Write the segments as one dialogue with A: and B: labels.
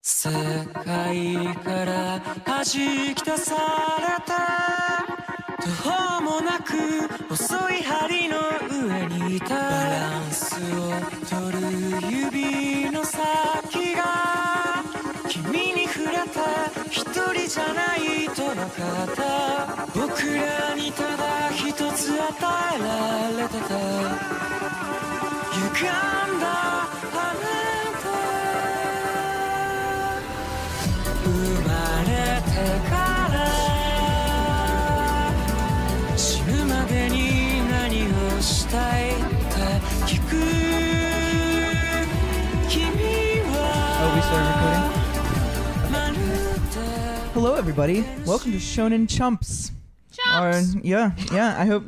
A: 世界から弾き出された途方もなく細い針の上にいたバランスを取る指の先が君に触れた一人じゃないと分かった僕らにただ一つ与えられてた歪んだあなた生まれてから死ぬまでに何をしたいって聞く君
B: Oh, we started
A: は
B: recording.
A: まるで
B: Hello, everybody. Welcome to Shonen Chumps. Chumps. yeah, yeah. I hope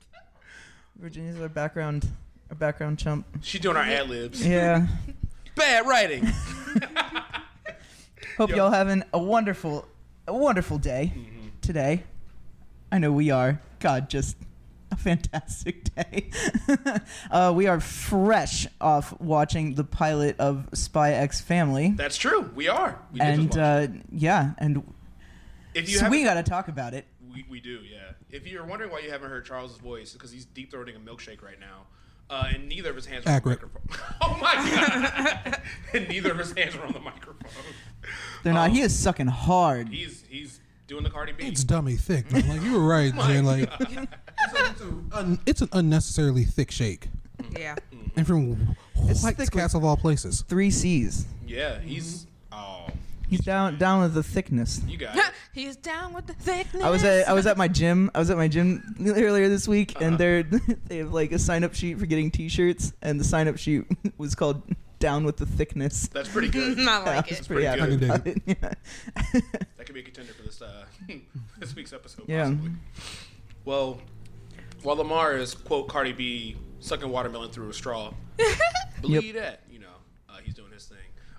B: Virginia's our background, our background chump.
C: She's doing our ad libs.
B: Yeah.
C: Bad writing.
B: hope
C: Yo.
B: y'all having a wonderful, a wonderful day
C: Mm-hmm.
B: today. I know we are. God, just a fantastic day. uh, we are fresh off watching the pilot of Spy X Family,
C: That's true. We are. We did just
B: and uh,
C: watch
B: yeah, and
C: it. if you
B: so
C: haven't-
B: we got to talk about it.
C: we, we do, yeah. If you're wondering why you haven't heard Charles' voice, because he's deep throating a milkshake right now, uh, and neither of his hands were
D: Accurate.
C: on the microphone. oh my god! and neither of his hands were on the microphone.
B: They're not.
C: Um,
B: He is sucking hard.
C: He's he's doing the Cardi B.
D: It's dummy thick. but I'm like you were right, Jay. Like it's, a, it's, a un, it's an unnecessarily thick shake,
E: Yeah.
B: Mm-hmm.
D: and from
B: It's
D: White
B: thick
D: Cats of all places.
B: Three C's.
C: yeah, he's oh,
B: He's down down with the thickness.
C: you got it.
E: He's down with the thickness.
B: I was at I was at my gym. I was at my gym earlier this week,
C: Uh-huh.
B: and they're they have like a sign up sheet for getting T-shirts, and the sign up sheet was called "Down with the Thickness."
C: That's pretty good.
E: Not
B: I
E: like
B: was
E: it.
B: pretty
C: pretty
B: happy
D: good.
B: about it. Yeah.
C: That could be a contender for this uh, this week's episode.
B: Yeah.
C: Possibly. Well, while Lamar is quote Cardi B sucking watermelon through a straw, believe that you know uh, he's doing his thing.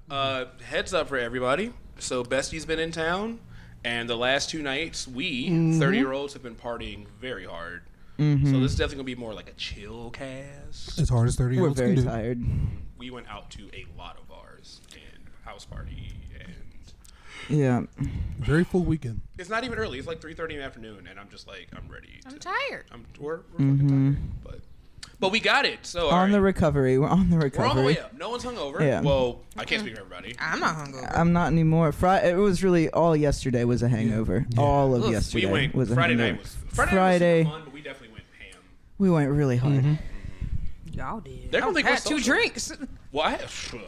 C: Uh, heads up for everybody. So Bestie's been in town, and the last two nights we 30 year olds have been partying very hard. So this is definitely gonna be more like a chill cast.
D: As hard as thirty year
B: We're
D: olds can
B: very
D: do.
B: tired.
C: We went out to a lot of bars and house party and.
B: Yeah,
D: Very full weekend.
C: It's not even early. It's like three thirty in the afternoon, and I'm just like, I'm ready.
E: I'm
C: to-
E: tired.
C: I'm we're, we're fucking tired, but but we got it. So
B: Mm-hmm. on the
C: alright.
B: recovery. We're on the
C: we're
B: recovery.
C: on the way up. No one's hungover.
B: Yeah.
C: Well, I can't speak for everybody.
E: I'm not hungover.
B: I'm not anymore. Friday. It was really all yesterday was a hangover. All of
E: Oof. We
B: yesterday
C: we went
B: was a
C: Friday
B: hangover.
C: night was Friday,
B: Friday.
C: Night was super fun, but we definitely went ham.
B: we went really hard.
D: Mm-hmm.
E: Y'all did.
C: They're gonna think
E: I
C: we're
E: had two
C: social.
E: drinks.
C: Well, I had, phew,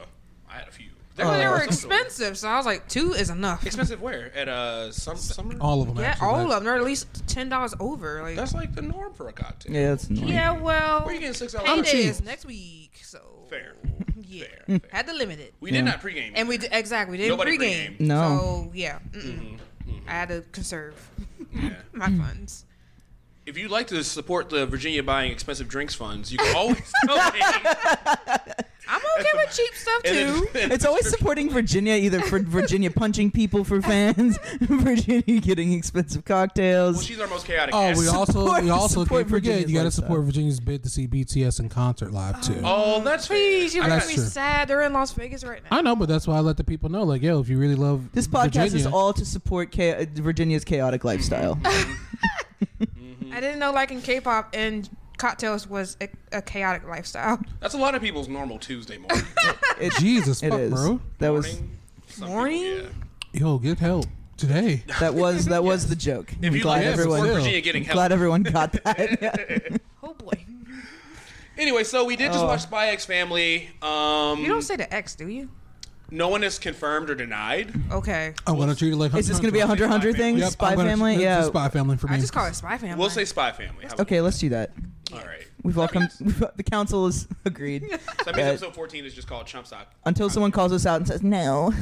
C: I had a few. They're
E: Well,
C: gonna
E: they
C: think
E: were
C: we're social.
E: expensive, so I was like, two is enough.
C: Expensive where at uh some summer.
D: All of them.
E: yeah,
D: actually,
E: all
D: like-
E: of them. They're at least ten dollars over. Like,
C: That's like the norm for a cocktail.
B: Yeah, that's annoying.
E: yeah, well,
C: Where you getting six
E: payday
C: dollars?
E: is next week, so
C: Fair.
E: Yeah,
C: Fair, fair.
E: had to limit it,
C: We did not pregame.
E: and we d- exactly we didn't
C: Nobody
E: pregame.
C: pregame. Mm-hmm,
B: No.
E: so yeah, mm-mm. I had to conserve
C: Yeah.
E: my funds.
C: If you'd like to support the Virginia buying expensive drinks funds, you can always donate.
E: I'm okay with cheap stuff
C: And then-
E: too.
C: and
B: It's always
C: description.
B: supporting Virginia, either for Virginia punching people for fans, Virginia getting expensive
C: Well,
B: cocktails.
C: she's our most chaotic.
D: Oh,
C: guest.
D: we also
B: Support-
D: we also
B: support
D: can't forget
B: Virginia's
D: you got to
B: lifestyle.
D: support Virginia's bid to see BTS in concert live too.
C: Oh, that's
E: Please, you're
D: I
E: making
D: got
E: me
D: you.
E: sad. They're in Las Vegas right now.
D: I know, but that's why I let the people know. Like, yo, if you really love
B: This podcast is
D: Virginia,
B: all to support cha- uh, Virginia's chaotic lifestyle.
E: I didn't know liking K-pop and cocktails was a, a chaotic lifestyle.
C: That's a lot of people's normal Tuesday morning.
D: Jesus,
B: It
D: fuck,
B: is.
D: bro.
B: That was
C: Some people,
E: Morning?
C: yeah.
D: Yo, get help today.
B: that was that was the joke.
C: If you
B: glad
C: like
B: everyone,
C: everyone,
D: Yeah.
C: Virginia getting help.
B: glad everyone got that.
E: Oh boy,
C: Anyway, so we did just
B: Oh.
C: watch Spy X Family. Um,
E: you don't say the X, do you?
C: no one is confirmed or denied.
E: Okay,
D: I'm gonna treat it like.
B: is this
D: going to
B: be a hundred hundred
C: Spy
B: thing?
C: Family.
D: Yep,
B: Spy
D: I'm gonna-
B: Family,
D: it's a
B: yeah.
D: Spy Family for me.
E: I just call it Spy Family.
C: We'll say Spy Family. How about
B: Okay, let's do that.
C: that? All right.
B: We've all come. The council is agreed.
C: So that means
B: Uh,
C: episode 14 is just called Chump Sock.
B: Until someone calls us out and says no,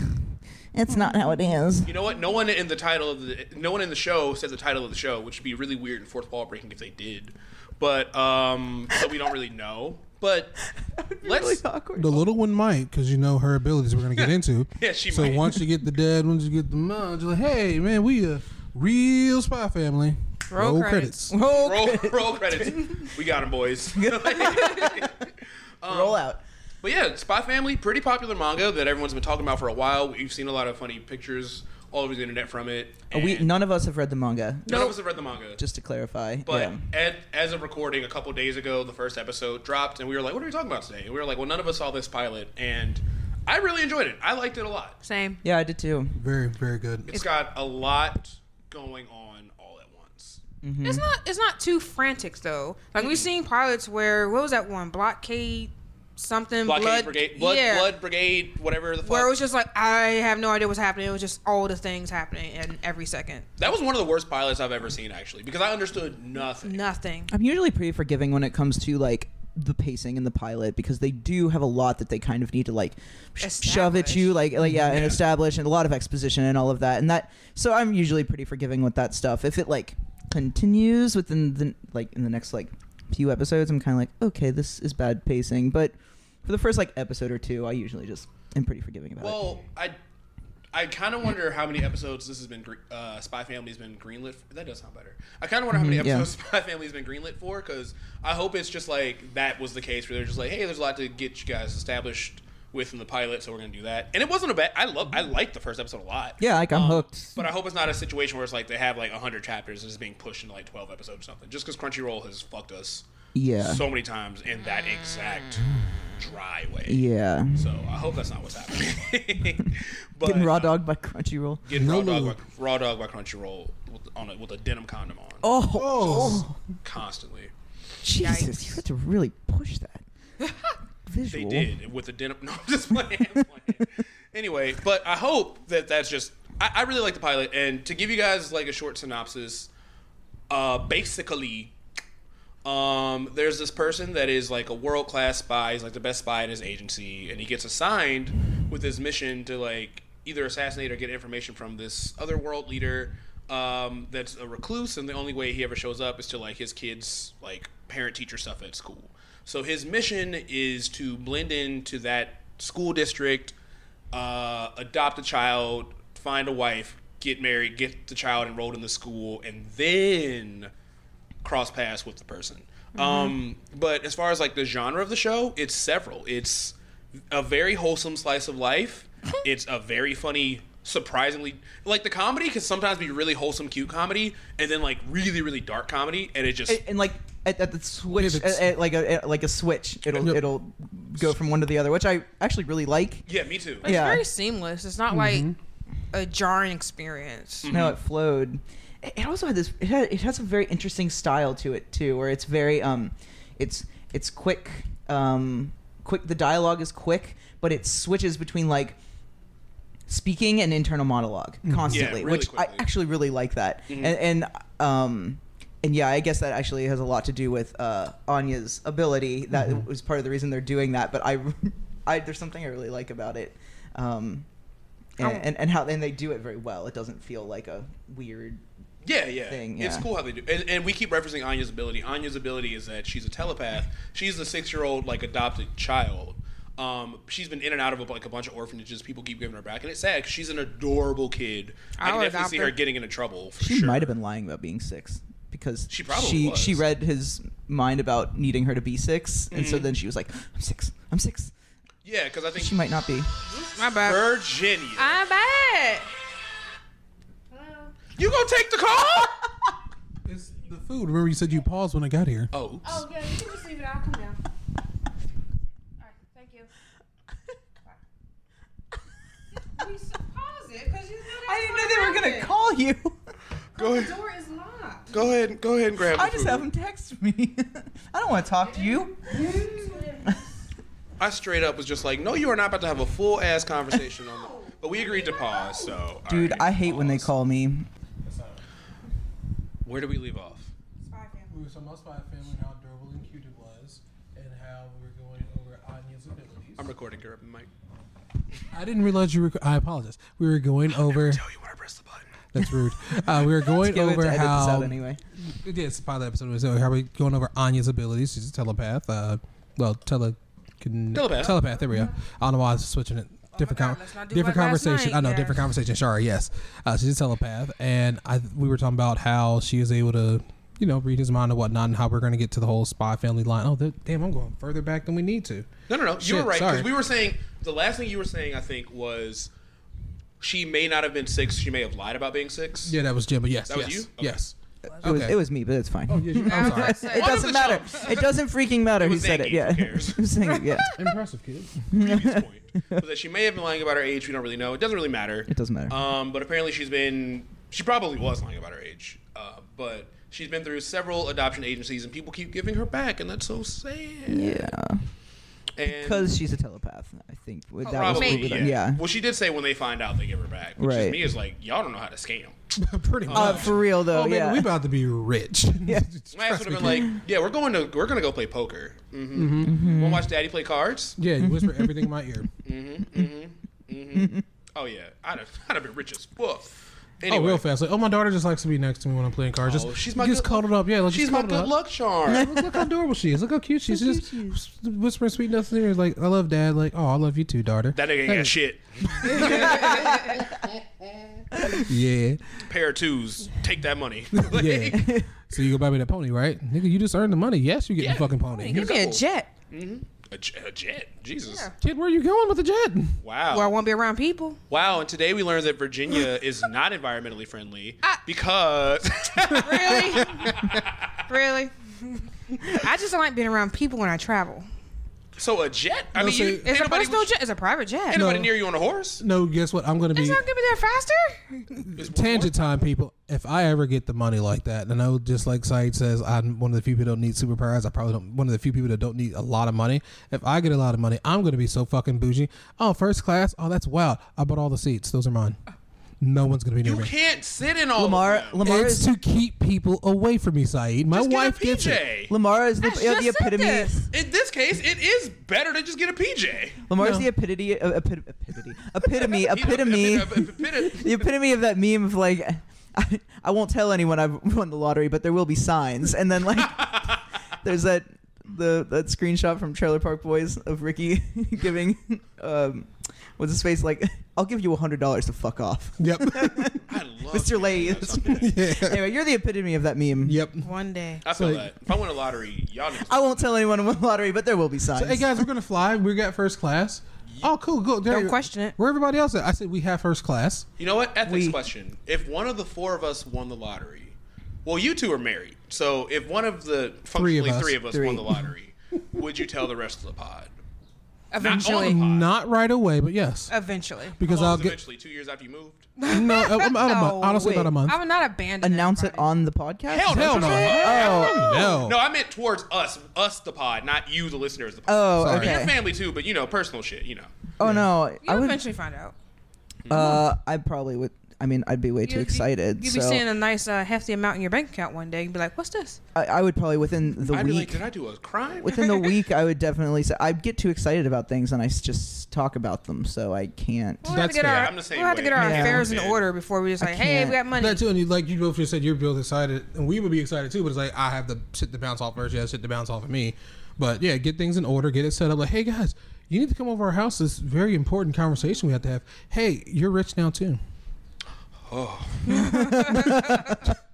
B: it's not how it is.
C: You know what? No one in the title of the no one in the show said the title of the show, which would be really weird and fourth wall breaking if they did. But um, so we don't really know. But let's
B: Really awkward.
D: The little one might, because you know her abilities. We're gonna get into.
C: Yeah, she
D: So
C: might.
D: once you get the dad, once you get the mom, you're like, hey man, we a real spy family.
E: Roll credits.
B: Roll,
C: roll, roll credits. We got him, boys.
B: roll out.
C: But yeah, Spy Family, pretty popular manga that everyone's been talking about for a while. We've seen a lot of funny pictures all over the internet from it.
B: Uh, We
C: and
B: none of us have read the manga.
C: none of us have read the manga.
B: Just to clarify.
C: But
B: yeah.
C: at, as of recording a couple days ago, the first episode dropped, and we were like, "What are we talking about today?" And we were like, "Well, none of us saw this pilot, and I really enjoyed it. I liked it a lot.
E: Same.
B: yeah, I did too.
D: Very, very good.
C: it's got a lot going on all at once.
E: It's not. It's not too frantic though. Like we've seen pilots where what was that one blockade something
C: Blockade
E: blood
C: Brigade, Blood,
E: yeah.
C: Blood Brigade, whatever the fuck.
E: Where it was just like I have no idea what's happening. It was just all the things happening in every second.
C: that was one of the worst pilots I've ever seen, actually, because I understood nothing.
E: Nothing.
B: I'm usually pretty forgiving when it comes to like the pacing and the pilot because they do have a lot that they kind of need to like sh- shove at you like like yeah, and establish and a lot of exposition and all of that and that so I'm usually pretty forgiving with that stuff if it like continues within the like in the next like few episodes I'm kind of like okay this is bad pacing but for the first like episode or two I usually just am pretty forgiving about it
C: Well, I, I kind of wonder how many episodes this has been. gre- Uh, Spy Family's been greenlit. For. That does sound better. I kind of wonder how many
B: Mhm, yeah.
C: episodes Spy Family's been greenlit for, because I hope it's just like that was the case where they're just like, hey, there's a lot to get you guys established with in the pilot, so we're gonna do that. And it wasn't a bad. I love. I liked the first episode a lot.
B: yeah like
C: um,
B: I'm hooked
C: But I hope it's not a situation where it's like they have like 100 chapters and it's being pushed into like 12 episodes or something. Just because Crunchyroll has fucked us
B: yeah
C: so many times in that exact dry way.
B: yeah
C: So I hope that's not what's happening. but, uh,
B: getting raw dog by Crunchyroll
C: Getting raw,
D: No
C: dog by,
D: lube.
C: raw dog by Crunchyroll with, on a, with a denim condom on
B: oh
D: Oh,
C: constantly.
B: Jesus,
E: Yikes.
B: you had to really push that.
C: They
B: Visual.
C: did with the denim. No, I'm just playing. I'm playing. anyway, but I hope that that's just. I, I really like the pilot, and to give you guys like a short synopsis, uh, basically, um, there's this person that is like a world class spy. He's like the best spy in his agency, and he gets assigned with his mission to like either assassinate or get information from this other world leader um, that's a recluse, and the only way he ever shows up is to like his kids like parent teacher stuff at school. So his mission is to blend into that school district, uh, adopt a child, find a wife, get married, get the child enrolled in the school, and then cross paths with the person. Um, but as far as like the genre of the show, it's several. It's a very wholesome slice of life. it's a very funny, surprisingly like the comedy can sometimes be really wholesome, cute comedy, and then like really, really dark comedy, and it just
B: And, and like at, at the switch,
D: Yeah, that's-
B: at- at like a at like a switch, it'll
D: Yep.
B: it'll go from one to the other, which I actually really like.
C: yeah, me too.
E: It's
B: Yeah.
E: very seamless. It's not like a jarring experience.
C: Mm-hmm.
B: No, it flowed. It it also had this. It, had, it has a very interesting style to it too, where it's very um, it's it's quick. Um, quick. The dialogue is quick, but it switches between like speaking and internal monologue constantly,
C: Mm-hmm. really
B: which
C: quickly. Mm-hmm.
B: I actually really like that. And, and um. And yeah, I guess that actually has a lot to do with uh, Anya's ability. That
C: Mm-hmm.
B: was part of the reason they're doing that. But I, I there's something I really like about it. Um,
C: Oh.
B: and, and, and how and they do it very well. It doesn't feel like a weird.
C: Yeah, yeah.
B: thing,
C: It's
B: yeah.
C: cool how they do. And, and we keep referencing Anya's ability. Anya's ability is that she's a telepath. She's the six-year-old like adopted child. Um, she's been in and out of like a bunch of orphanages. People keep giving her back, and it's sad because she's an adorable kid. I,
E: I
C: can
E: would
C: definitely
E: adopt
C: see
E: her.
C: her getting into trouble. For
B: She
C: sure.
B: might have been lying about being six because
C: She probably
B: she,
C: was.
B: she read his mind about needing her to be 6 and
C: Mm-hmm.
B: so then she was like, "I'm six. I'm six.
C: Yeah, because I think
B: She might not be.
C: Mm.
E: My bad.
C: Virginia.
E: I'm bad. Oh,
C: you gonna take the call?
D: it's the food. Remember, you said you paused when I got here.
C: oh, oops.
E: Oh yeah, you can just leave it. I'll come down. All right, thank you. We s- pause it because you know
B: I didn't know they were gonna call you.
C: go
E: The
C: ahead.
E: door is locked.
C: Go ahead. Go ahead and grab.
B: I
C: the
B: just
C: food.
B: have them text me. I don't want to talk to you.
C: I straight up was just like, no, you are not about to have a full ass conversation on. The- but we agreed to pause. So, all
B: Dude,
C: right,
B: I hate when they
C: pause.
B: call me.
C: Where do we leave off?
D: We were talking about Spy Family, how adorable and cute it was, and how we were going over Anya's abilities.
C: I'm recording. Grab the mic.
D: I didn't realize you. Rec- I apologize. We were going over.
C: Tell you when I press the button.
D: That's rude. Uh, we were going
B: Give it to
D: over
B: edit this
D: how.
B: out anyway.
D: Yeah, it's part of the episode. So how we going over Anya's abilities? She's a telepath. Uh, well, tele. Can,
C: Telepath.
D: Telepath. There we go. I don't know why I was switching it. Different,
E: Oh God,
D: con-
E: let's not do
D: different
E: like last
D: conversation.
E: night.
D: I know,
E: Yeah.
D: different conversation. Sorry, yes. Uh, she's a telepath, and I we were talking about how she is able to you know, read his mind and whatnot, and how we're going to get to the whole spy family line. Oh, that, damn, I'm going further back than we need to.
C: No, no, no. You
D: Shit,
C: were right because
D: sorry.
C: we were saying the last thing you were saying. I think was she may not have been six. She may have lied about being six.
D: Yeah, that was Jim. But yes,
C: That was
D: yes,
C: you? Okay.
D: yes.
B: It was,
D: Okay.
B: it was me, but it's fine.
D: Oh, yeah, you, I'm sorry.
E: That's
B: It
E: it.
C: One of
B: doesn't
C: the
B: matter.
C: chumps.
B: It doesn't freaking matter who
C: was
B: said it.
C: Zangief,
B: Yeah.
C: who cares?
B: Who's saying it? Yeah.
D: Impressive, kid.
C: Previous point was that she may have been lying about her age. We don't really know. It doesn't really matter.
B: It doesn't matter.
C: Um, but apparently she's been. She probably was lying about her age. Uh, but she's been through several adoption agencies, and people keep giving her back, and that's so sad.
B: yeah.
C: And
B: Because she's a telepath, I think. That was
C: probably,
E: Maybe.
B: yeah.
C: Oh, yeah. Well, she did say when they find out, they give her back. Which
B: Right.
C: to me is like, y'all don't know how to scam.
D: Pretty much.
B: Uh, for real though,
D: oh, man,
B: yeah.
D: we about to be rich.
B: Yeah.
C: My ass
D: Trust
C: would have
D: me, Mm-hmm.
C: been
D: kid.
C: like, yeah, we're going to we're gonna go play poker. hmm Want to watch Daddy play cards?
D: yeah, you whisper everything in my ear.
C: Oh yeah, I'd have, I'd have been rich as fuck.
D: Oh,
C: Anyway,
D: real fast. Like, oh, my daughter just likes to be next to me when I'm playing cards.
C: Oh,
D: just,
C: she's my
D: gets
C: good-
D: cuddled up. Yeah, like,
C: she's
D: just
C: my
D: cuddled
C: good
D: up.
C: luck charm.
D: Look, look how adorable she is. Look how cute she is. She's just whispering sweet nothings in her ear, Like, I love dad. Like, oh, I love you too, daughter.
C: that nigga ain't got shit.
D: Yeah.
C: Pair of twos, take that money.
D: Yeah. so you go buy me that pony, right? Nigga, you just earned the money. Yes, you get
C: Yeah.
D: the fucking pony.
E: Give me a
C: Cool.
E: jet.
C: a, j- a jet, Jesus,
E: Yeah.
D: Kid, where are you going with the jet?
C: wow,
E: Where I won't be around people.
C: wow. And today we learned that Virginia is not environmentally friendly
E: Ah.
C: because
E: Really? really? I just don't like being around people when I travel.
C: so a jet. I
D: No,
C: mean,
D: so-
C: you,
E: It's
C: ain't
E: a
C: nobody,
E: personal jet. It's a private jet.
C: ain't nobody
D: No.
C: near you on a horse.
D: No, guess what? I'm gonna
E: It's
D: be
E: not gonna be there faster.
D: tangent time, people. If I ever get the money like that, and I know just like Said says, I'm one of the few people that don't need superpowers. I probably don't. One of the few people that don't need a lot of money. If I get a lot of money, I'm gonna be so fucking bougie. Oh, first class. Oh, that's wild. I bought all the seats. Those are mine. No one's gonna be near
C: You
D: me.
C: can't sit in all.
B: Lamar,
C: Of them.
B: Lamar
D: it's
B: is,
D: to keep people away from me, Saeed. My
C: Just
D: wife
C: get a
D: gets it.
C: PJ.
B: Lamar is the,
E: I
B: uh,
E: just
B: the
E: said
B: epitome.
E: this.
C: In this case, it is better to just get a PJ.
B: Lamar is the epitome. Uh, epit- epitome. Epitome. Epitome.
C: Epitome.
B: the epitome of that meme of like, I, I won't tell anyone I've won the lottery, but there will be signs. And then like, there's that the that screenshot from Trailer Park Boys of Ricky giving, um, what's his face like? I'll give you a hundred dollars to fuck off.
D: Yep.
C: I love
B: Mr.
C: getting
B: Lay
C: that
B: is-
C: someday.
B: Anyway, you're the epitome of that meme.
D: yep.
E: One day.
C: I feel
D: So-
C: that. If I win a lottery, y'all niggas.
B: I won't tell anyone I won the lottery, but there will be signs.
D: So, hey guys, we're gonna fly. We got first class. Oh, cool. Go. There
E: Don't
D: you-
E: question it.
D: Where everybody else at? I said we have first class.
C: You know what? Ethics
B: We-
C: question. If one of the four of us won the lottery, well, you two are married. So if one of the functionally
D: Three of us.
C: won the
B: Three.
C: lottery, would you tell the rest of the pod?
E: Eventually.
C: Not all
D: Not right away, but
E: Uh,
D: yes,
E: Eventually.
D: because I'll
C: Well,
D: get.
C: eventually, two years after you moved.
D: No, uh, I'm out of
E: No,
D: month. Honestly,
B: wait.
D: about a month.
E: I would not abandon.
B: Announce it
E: everybody.
B: on the podcast.
C: Hell no.
D: Hell
C: that's what I'm
D: no.
C: saying.
B: Oh.
D: no.
C: No, I meant towards us, us the pod, not you, the listener, as the pod.
B: Oh,
D: Sorry.
C: Your
B: okay.
C: family too, but you know, personal shit. You know,
B: Oh no,
E: You'll
B: I would.
E: eventually find out.
B: Uh, I probably would. I mean, I'd be way
E: You'll
B: too
E: be-
B: excited.
E: You'll
B: so
E: be seeing a nice uh, hefty amount in your bank account one day. You'll be like, "What's this?"
B: I, I would probably within the
C: I'd be like,
B: week.
C: did I do a crime?
B: within the week, I would definitely say I get too excited about things and I s- just talk about them, so I can't.
E: We'll have
D: That's
E: to get
D: fair.
E: our
C: I'm the same
E: we'll have to
C: way.
E: get our
B: Yeah.
E: affairs in
C: Yeah.
E: order before we just like, "Hey,
B: can't.
E: we got money."
D: That too, and you, like you both just said, you're both excited, and we would be excited too. But it's like I have the shit to bounce off first. Yeah, shit to bounce off of me. But yeah, get things in order, get it set up. Like, hey guys, you need to come over our house. This very important conversation we have to have. Hey, you're rich now too.
C: Oh. I'm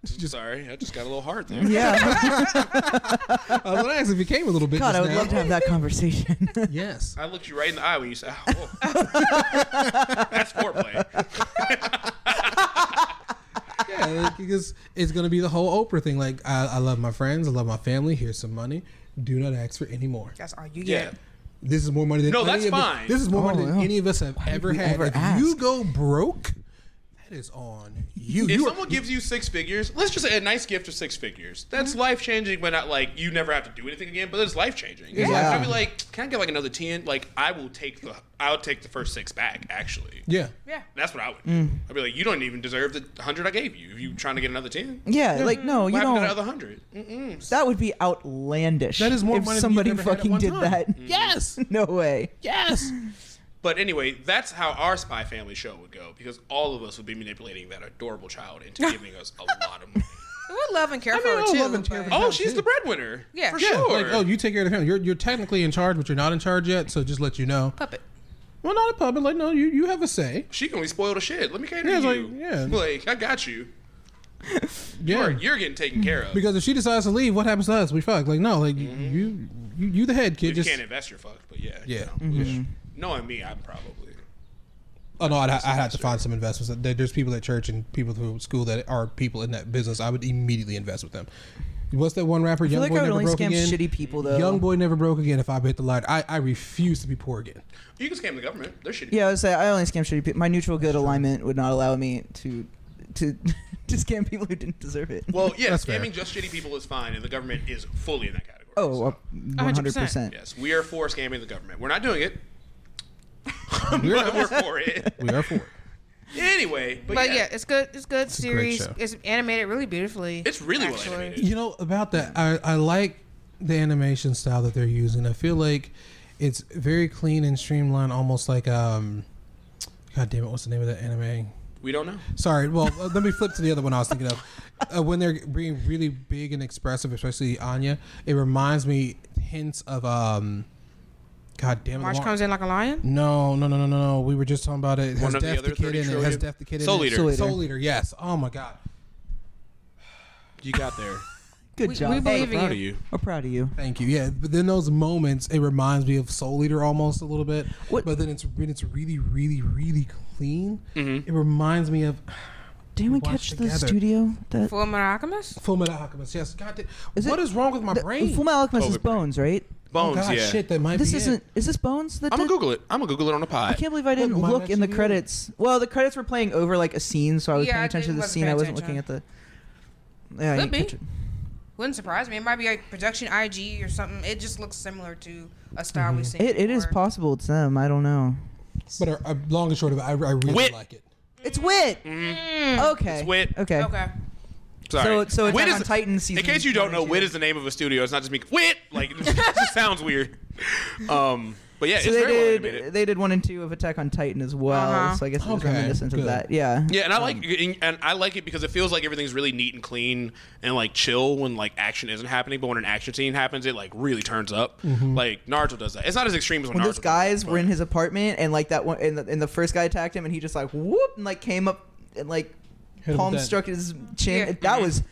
C: sorry, I just got a little hard there.
B: Yeah,
D: I was gonna ask if you came a little bit.
B: God, I
D: just
B: would
D: now.
B: love to have that conversation.
D: Yes.
C: I looked you right in the eye when you said, oh. "That's foreplay."
D: Yeah, like, because it's gonna be the whole Oprah thing. Like, I, I love my friends, I love my family. Here's some money. Do not ask for any more.
E: That's all you
C: Yeah.
E: get.
D: This is more money than
C: No,
D: any
C: that's
D: of us-
C: fine.
D: This is more money
B: Oh,
D: than
B: yeah.
D: any of us have ever
B: we
D: had.
B: ever
D: if
B: ask?
D: you go broke, that is on you.
C: If
D: you are-
C: someone gives you six figures, let's just say a nice gift of six figures. That's life changing, but not like you never have to do anything again. But it's life changing.
B: Yeah.
C: I'd be like, "Can I get like another ten? Like, I will take the, I'll take the first six back. Actually,
D: yeah.
E: Yeah.
C: that's what I would. Do. I'd be like, "You don't even deserve the hundred I gave you. If you trying to get another ten,
B: yeah, like no, you
C: what happened to the other
B: don't.
C: hundred? Mm-mm.
B: That would be outlandish.
D: That is more
B: if
D: money
B: somebody
D: than you've ever
B: fucking
D: had at
B: did
D: one time.
B: that.
D: Yes.
B: No way.
D: Yes.
C: But anyway, that's how our Spy Family show would go because all of us would be manipulating that adorable child into giving us a lot of money.
E: We would love and care
D: I
E: for
D: mean,
E: her
D: I would
E: too.
D: love and care
E: but-
D: for her.
C: Oh, she's the breadwinner.
E: Yeah.
C: for
E: Yeah,
C: sure.
D: Like, oh, you take care of the family. You're, you're technically in charge, but you're not in charge yet. So just let you know.
E: Puppet.
D: Well, not a puppet. Like, no, you, you have a say.
C: she can only spoil the shit. Let me cater
D: Yeah,
C: to
D: it's
C: you.
D: like, yeah.
C: Like, I got you.
D: Yeah.
C: You're, you're getting taken care of.
D: Because if she decides to leave, what happens to us? We fuck. Like no, like you, you, Mm-hmm. you the head kid.
C: if
D: Just
C: you can't invest, you're fucked. But yeah,
D: Yeah.
B: Mm-hmm.
C: You know, which, knowing me, I'm probably.
D: oh no, I'd, I'd have to find some investments. There- There's people at church and people through school that are people in that business. I would immediately invest with them. What's that one rapper?
B: I feel
D: Young
B: like
D: boy
B: I would
D: never
B: only
D: broke
B: scam
D: again.
B: shitty people though.
D: Young boy never broke again. If I hit the light, I, I refuse to be poor again.
C: You can scam the government. They're shitty.
B: Yeah, I would say I only scam shitty people. My neutral good alignment would not allow me to to to scam people who didn't deserve it.
C: Well, yeah,
D: That's fair.
C: scamming just shitty people is fine, and the government is fully in that category.
B: oh,
C: so,
B: one hundred percent.
C: yes, we are for scamming the government. We're not doing it. but we're for it
D: We are poor.
C: anyway. But,
E: But
C: yeah,
E: yeah. it's good. It's
D: a
E: good
D: great
E: series.
D: show.
E: It's animated really beautifully.
C: it's really well
E: actually.
C: animated.
D: You know about that? I, I like the animation style that they're using. I feel like it's very clean and streamlined, almost like um. God damn it! What's the name of that anime?
C: We don't know.
D: Sorry. Well, uh, let me flip to the other one I was thinking of. Uh, when they're being really big and expressive, especially Anya, it reminds me hints of um. God damn it!
E: March
D: Lamar-
E: comes in like a lion.
D: no, no, no, no, no, no. We were just talking about it. It
C: One
D: has
C: of the
D: Def the
C: other
D: Kid
C: 30
D: in it. It
C: trillion.
D: Has Def the Kid in
C: Soul
D: it.
C: Eater.
D: Soul
B: Soul
D: Eater.
B: Eater.
D: Yes. Oh my God.
C: You got there.
B: Good
E: We,
B: job.
E: we believe in
C: Proud of
E: you.
D: Oh,
C: you.
B: We're proud of you.
D: Thank you. Yeah, but then those moments, it reminds me of Soul Eater almost a little bit.
B: What-
D: But then it's when it's really, really, really clean.
C: Mm-hmm.
D: It reminds me of
B: Did anyone catch
D: watch
B: the
D: together.
B: studio that
E: Full Metal Alchemist.
D: Full Metal Alchemist. Yes, God, damn-
B: Is
D: what
B: it-
D: is wrong with my
B: the-
D: brain?
B: Full Metal Alchemist is
C: Over brain.
B: Bones, right?
D: oh,
C: Bones.
D: God,
C: yeah.
D: shit, that might
B: This
D: be
B: isn't.
D: It.
B: Is this Bones? That
C: I'm gonna
B: did-
C: Google it. I'm gonna Google it on the
B: I
C: pod.
B: can't believe I didn't
D: It might
B: look in the
D: actually be.
B: credits. Well, the credits were playing over like a scene, so I was
E: Yeah, I
B: paying attention to the
E: wasn't
B: scene.
E: paying
B: I wasn't looking at the. Yeah, I
E: Could
B: didn't catch
E: be.
B: it.
E: Wouldn't surprise me. It might be like production IG or something. It just looks similar to a style we've
D: Mm-hmm.
E: seen.
B: It, it is
E: before.
B: possible it's them. I don't know.
D: But uh, uh, long and short of it, I, I really
C: Wit.
D: like it.
B: It's Wit. Okay.
C: It's Wit.
B: Okay.
E: Mm. Okay.
C: Sorry.
B: So- so it's like
C: Wit is-
B: on Titan season
C: In case you don't know,
B: 22.
C: Wit is the name of a studio. It's not just me. Wit. Like it just, it just sounds weird. Um. But yeah,
B: So
C: it's
B: they
C: very well
B: did.
C: animated.
B: they did one and two of Attack on Titan as well.
E: Uh-huh.
B: So I guess it was
D: Okay,
B: reminiscent of
D: good.
B: that. Yeah.
C: Yeah, and I like
B: Um,
C: and- and I like it because it feels like everything's really neat and clean and like chill when like action isn't happening, but when an action scene happens, it like really turns up. Like Naruto does that. It's not as extreme as when,
B: Mm-hmm. When those
C: Naruto does
B: guys
C: that,
B: were in
C: but-
B: his apartment, and like that one, and the, and the first guy attacked him, and he just like whoop, and like came up and like
D: Hit him
B: palm
D: with that.
B: struck his chin.
E: Yeah. Mm-hmm.
B: That was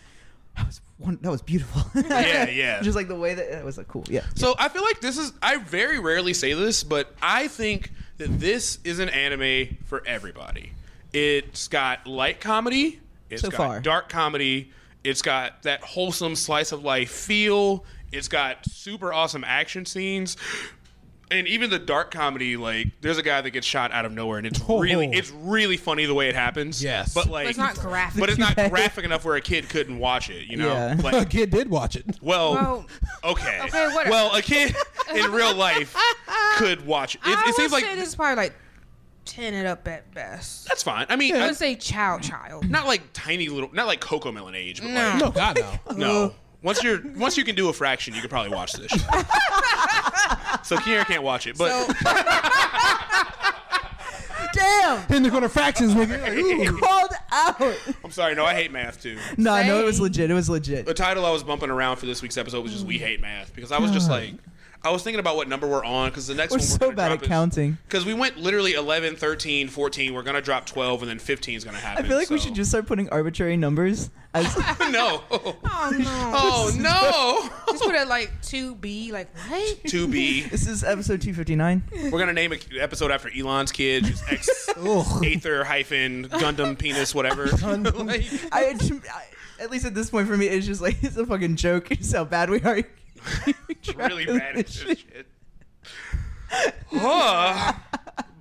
B: that was one, that was beautiful.
C: Yeah, yeah.
B: Just like the way that that was like, cool. Yeah.
C: So I feel like this is I very rarely say this, but I think that this is an anime for everybody. It's got light comedy, It's
B: So
C: got
B: far.
C: dark comedy, it's got that wholesome slice of life feel, it's got super awesome action scenes. And even the dark comedy, like there's a guy that gets shot out of nowhere, and it's
D: Oh.
C: really, it's really funny the way it happens.
D: Yes.
C: but like,
E: But it's not graphic.
C: but it's not graphic enough where a kid couldn't watch it. You know,
B: Yeah.
D: A
C: like
D: kid did watch it.
C: well,
E: Well,
C: okay.
E: okay, whatever.
C: Well, a kid in real life could watch it. It,
E: I
C: it seems
E: would
C: like
E: say this is probably like ten it up at best.
C: that's fine. I mean,
E: I
C: I-
E: would say child, child.
C: not like tiny little, not like Coco Melon age, but
E: No.
D: No, God no.
C: like no. Once you're once you can do a fraction, you could probably watch this. so Kier can't watch it, but
B: Damn.
D: In the corner fractions, nigga. Ooh.
B: Called out.
C: I'm sorry. No, I hate math too.
B: No, no, it was
E: Same.
B: legit. It was legit.
C: The title I was bumping around for this week's episode was just "We Hate Math" because I was just like, I was thinking about what number we're on because the next
B: We're
C: one
B: so bad at counting.
C: Because we went literally 11, 13, 14. We're gonna drop 12, and then 15 is gonna
B: I
C: happen.
B: feel like we
C: so-
B: should just start putting arbitrary numbers as
C: no.
E: Oh no.
C: Oh no!
E: Just put it like two B. Like what?
C: To be,
B: this is episode 259.
C: we're gonna name an episode after Elon's kid, just X
D: Ugh.
C: Aether hyphen Gundam penis whatever. Like,
B: I, I- at least at this point for me, it's just like it's a fucking joke. It's how bad we are.
C: really bad at this shit. Huh.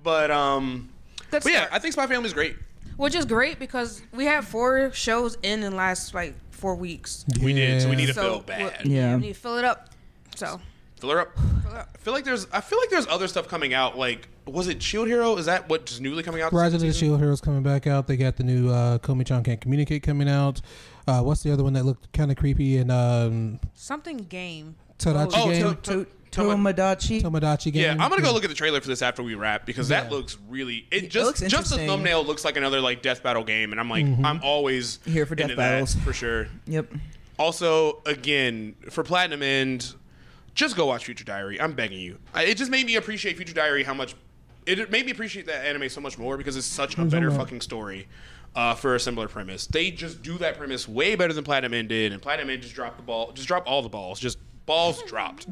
C: But um,
E: Good
C: but yeah,
E: start.
C: I think Spy Family's great.
E: Which is great because we had four shows in in the last like four weeks.
C: We did, so we need to
E: So,
C: feel
E: we'll-
C: bad.
B: Yeah.
E: We need to fill it up. So
C: Fill her up. I feel like there's, I feel like there's other stuff coming out. Like, was it Shield Hero? Is that what's newly coming out? this
D: Rise of the
C: season?
D: Shield Heroes coming back out. They got the new uh, Komi-chan Can't Communicate coming out. Uh, what's the other one that looked kind of creepy and um,
E: something game.
D: Tadachi
C: Oh,
D: game?
C: to, to,
B: To-
C: to-
B: Tomodachi.
D: Tomodachi game.
C: Yeah, I'm gonna go look at the trailer for this after we wrap because that
D: Yeah.
C: looks really. It
B: It
C: just
B: looks
C: just the
B: interesting. Mm-hmm.
C: thumbnail looks like another like death battle game, and I'm like, I'm always
B: Here for death
C: into that,
B: battles.
C: for sure.
B: Yep.
C: Also, again, for Platinum End, just go watch Future Diary. I'm begging you. I, it just made me appreciate Future Diary how much. It made me appreciate that anime so much more because it's such a better
D: on that?
C: fucking story. uh, for a similar premise. They just do that premise way better than Platinum End did, and Platinum End just dropped the ball, just dropped all the balls, just balls dropped.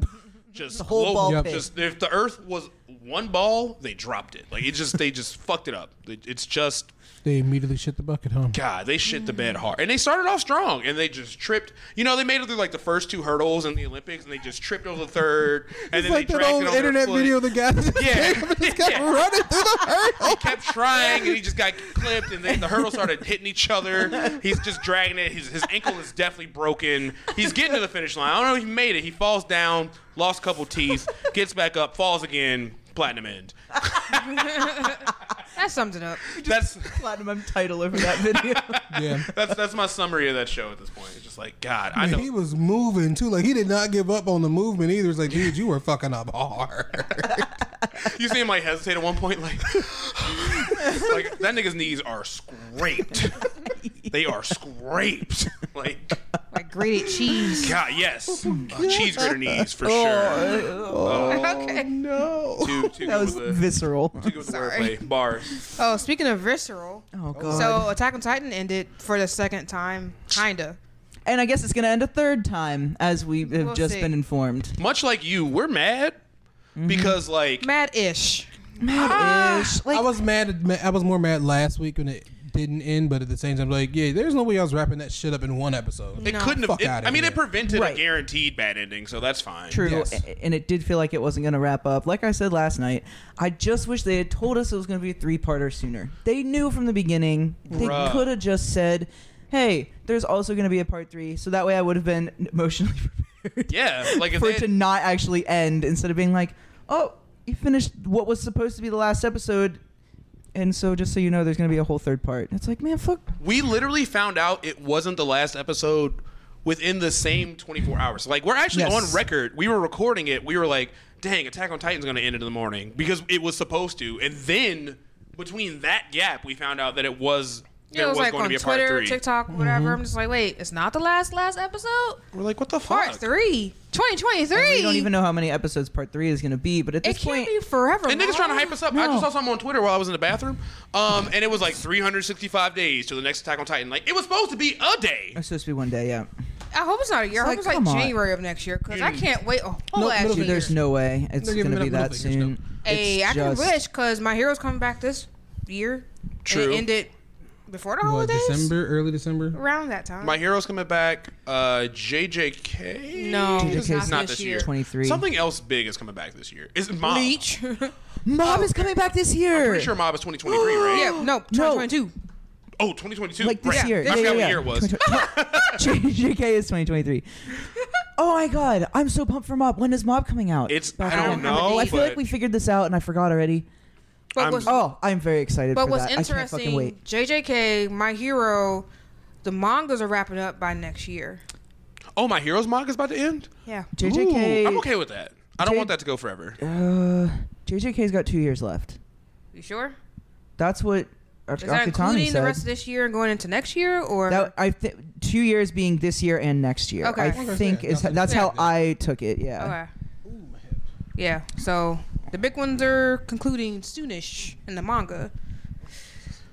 C: Just the
B: whole ball
D: Yep. pit.
C: Just if the Earth was one ball, they dropped it. Like it just they just fucked it up. It- It's just
D: They immediately shit the bucket, huh?
C: God, they shit the
D: Mm.
C: bed hard. And they started off strong and they just tripped. You know, they made it through like the first two hurdles in the Olympics and they just tripped over the third. And
D: It's
C: then
D: like
C: they
D: that
C: dragged
D: old
C: it on their
D: internet
C: foot.
D: video the guy just
C: Yeah.
D: came and just kept
C: Yeah.
D: running through the hurdle.
C: He kept trying and he just got clipped and then the hurdles started hitting each other. He's just dragging it. His, his ankle is definitely broken. He's getting to the finish line. I don't know if he made it. He falls down, lost a couple teeth, gets back up, falls again, platinum end.
E: That sums it up.
C: That's
B: platinum title over that video.
D: Yeah.
C: that's that's my summary of that show at this point. It's just like God, I
D: And
C: know
D: he was moving too. Like he did not give up on the movement either. It's like, dude, you were fucking up hard.
C: You see him like hesitate at one point, like, like that nigga's knees are scraped. They are scraped. Like,
E: Like grated cheese.
C: God, yes, Uh, cheese grater knees for sure. Oh,
E: okay.
D: no.
B: Oh.
C: Too, too
B: that
C: good
B: was
C: with the,
B: visceral.
C: too good with the wordplay. Bars.
E: Oh, speaking of visceral.
B: Oh god.
E: So Attack on Titan ended for the second time, kinda.
B: and I guess it's gonna end a third time, as we have
E: We'll
B: just
E: see.
B: been informed.
C: Much like you, we're mad
D: Mm-hmm.
C: because like
E: Mad-ish. Ah,
B: Mad-ish. Like,
D: I was mad. At, ma- I was more mad last week when it didn't end, but at the same time, like, yeah, there's no way I was wrapping that shit up in one episode.
C: it
E: No.
C: couldn't have.
D: Fuck
C: It,
D: outta
C: I mean, it
D: here.
C: prevented
B: Right.
C: a guaranteed bad ending, so that's fine.
B: True,
D: Yes.
B: a- and it did feel like it wasn't going to wrap up. Like I said last night, I just wish they had told us it was going to be a three-parter sooner. They knew from the beginning. They
C: Bruh.
B: could have just said, "Hey, there's also going to be a part three. so that way I would have been emotionally prepared
C: Yeah, like if
B: for
C: they
B: it to not actually end instead of being like, "Oh, you finished what was supposed to be the last episode." And so, just so you know, there's going to be a whole third part. It's like, man, fuck.
C: we literally found out it wasn't the last episode within the same 24 hours. Like we're actually
B: Yes.
C: on record. We were recording it. We were like, "Dang, Attack on Titan's going to end in the morning" because it was supposed to. And then between that gap, we found out that it was
E: Yeah,
C: there
E: it was, like
C: going to
E: on
C: be a part
E: Twitter,
C: three.
E: TikTok,
B: Mm-hmm.
E: whatever. I'm just like, wait, it's not the last last episode.
C: We're like, "What the fuck?"
E: Part three, 2023.
B: We don't even know how many episodes part three is going to be, but at this
E: It
B: point,
E: can't be forever.
C: And niggas trying to hype us up. I
B: No.
C: just saw something on Twitter while I was in the bathroom, um, and it was like 365 days to the next Attack on Titan. Like it was supposed to be a day.
B: it's supposed to be one day. Yeah.
E: I hope it's not a year. I
B: It's
E: hope it's
B: like,
E: like
B: come on.
E: January of next year because
C: Mm-hmm.
E: I can't wait a whole
D: Nope,
E: ass
D: middle
E: year.
D: fingers.
B: There's no way it's
D: They're
B: going
D: giving
B: to be
D: it up
B: that
D: middle fingers,
B: soon.
E: Hey,
B: It's
E: I can
B: just-
E: wish because my hero's coming back this year. And it
C: True.
E: ended before the
D: What,
E: holidays.
D: December, early December.
E: Around that time.
C: My hero's coming back. Uh, JJK.
E: no,
B: JJK's
E: it's not,
C: not
E: this
C: this
E: year.
C: year.
B: 23.
C: Something else big is coming back this year. Is Mob?
E: Bleach.
B: Mom is coming back this year.
C: Pretty sure Mob is 2023, right?
E: yeah, no, 2022.
C: Oh, 2022.
B: Like this
C: right.
B: year.
C: I
B: Yeah,
C: forgot
B: yeah,
C: what
B: yeah.
C: year it was.
B: 2020 JK is 2023. Oh my god, I'm so pumped for Mob. When is Mob coming out?
C: It's
B: Back
C: I
B: out.
C: don't
E: remember the
C: know.
B: I feel
C: but
B: like we figured this out and I forgot already.
E: But
C: I'm-
E: what's,
B: Oh, I'm very excited
E: but
B: for
E: what's
B: that. I can't fucking
E: interesting,
B: wait.
E: JJK, my hero, the mangas are wrapping up by next year.
C: oh, my heroes manga is about to end.
E: Yeah.
B: JJK
C: Ooh, I'm okay with that. I don't
B: J-
C: want that to go forever.
B: Uh, JJK's got 2 years left.
E: You sure?
B: That's what
E: Is
B: Akutami
E: that including
B: said.
E: the rest of this year and going into next year, or
B: that I th- 2 years being this year and next year.
E: Okay.
B: I
E: Okay,
B: think
D: yeah,
B: is
D: nothing-
B: that's how
D: yeah.
B: I took it. Yeah.
E: okay? Yeah. So the big ones are concluding soonish in the manga.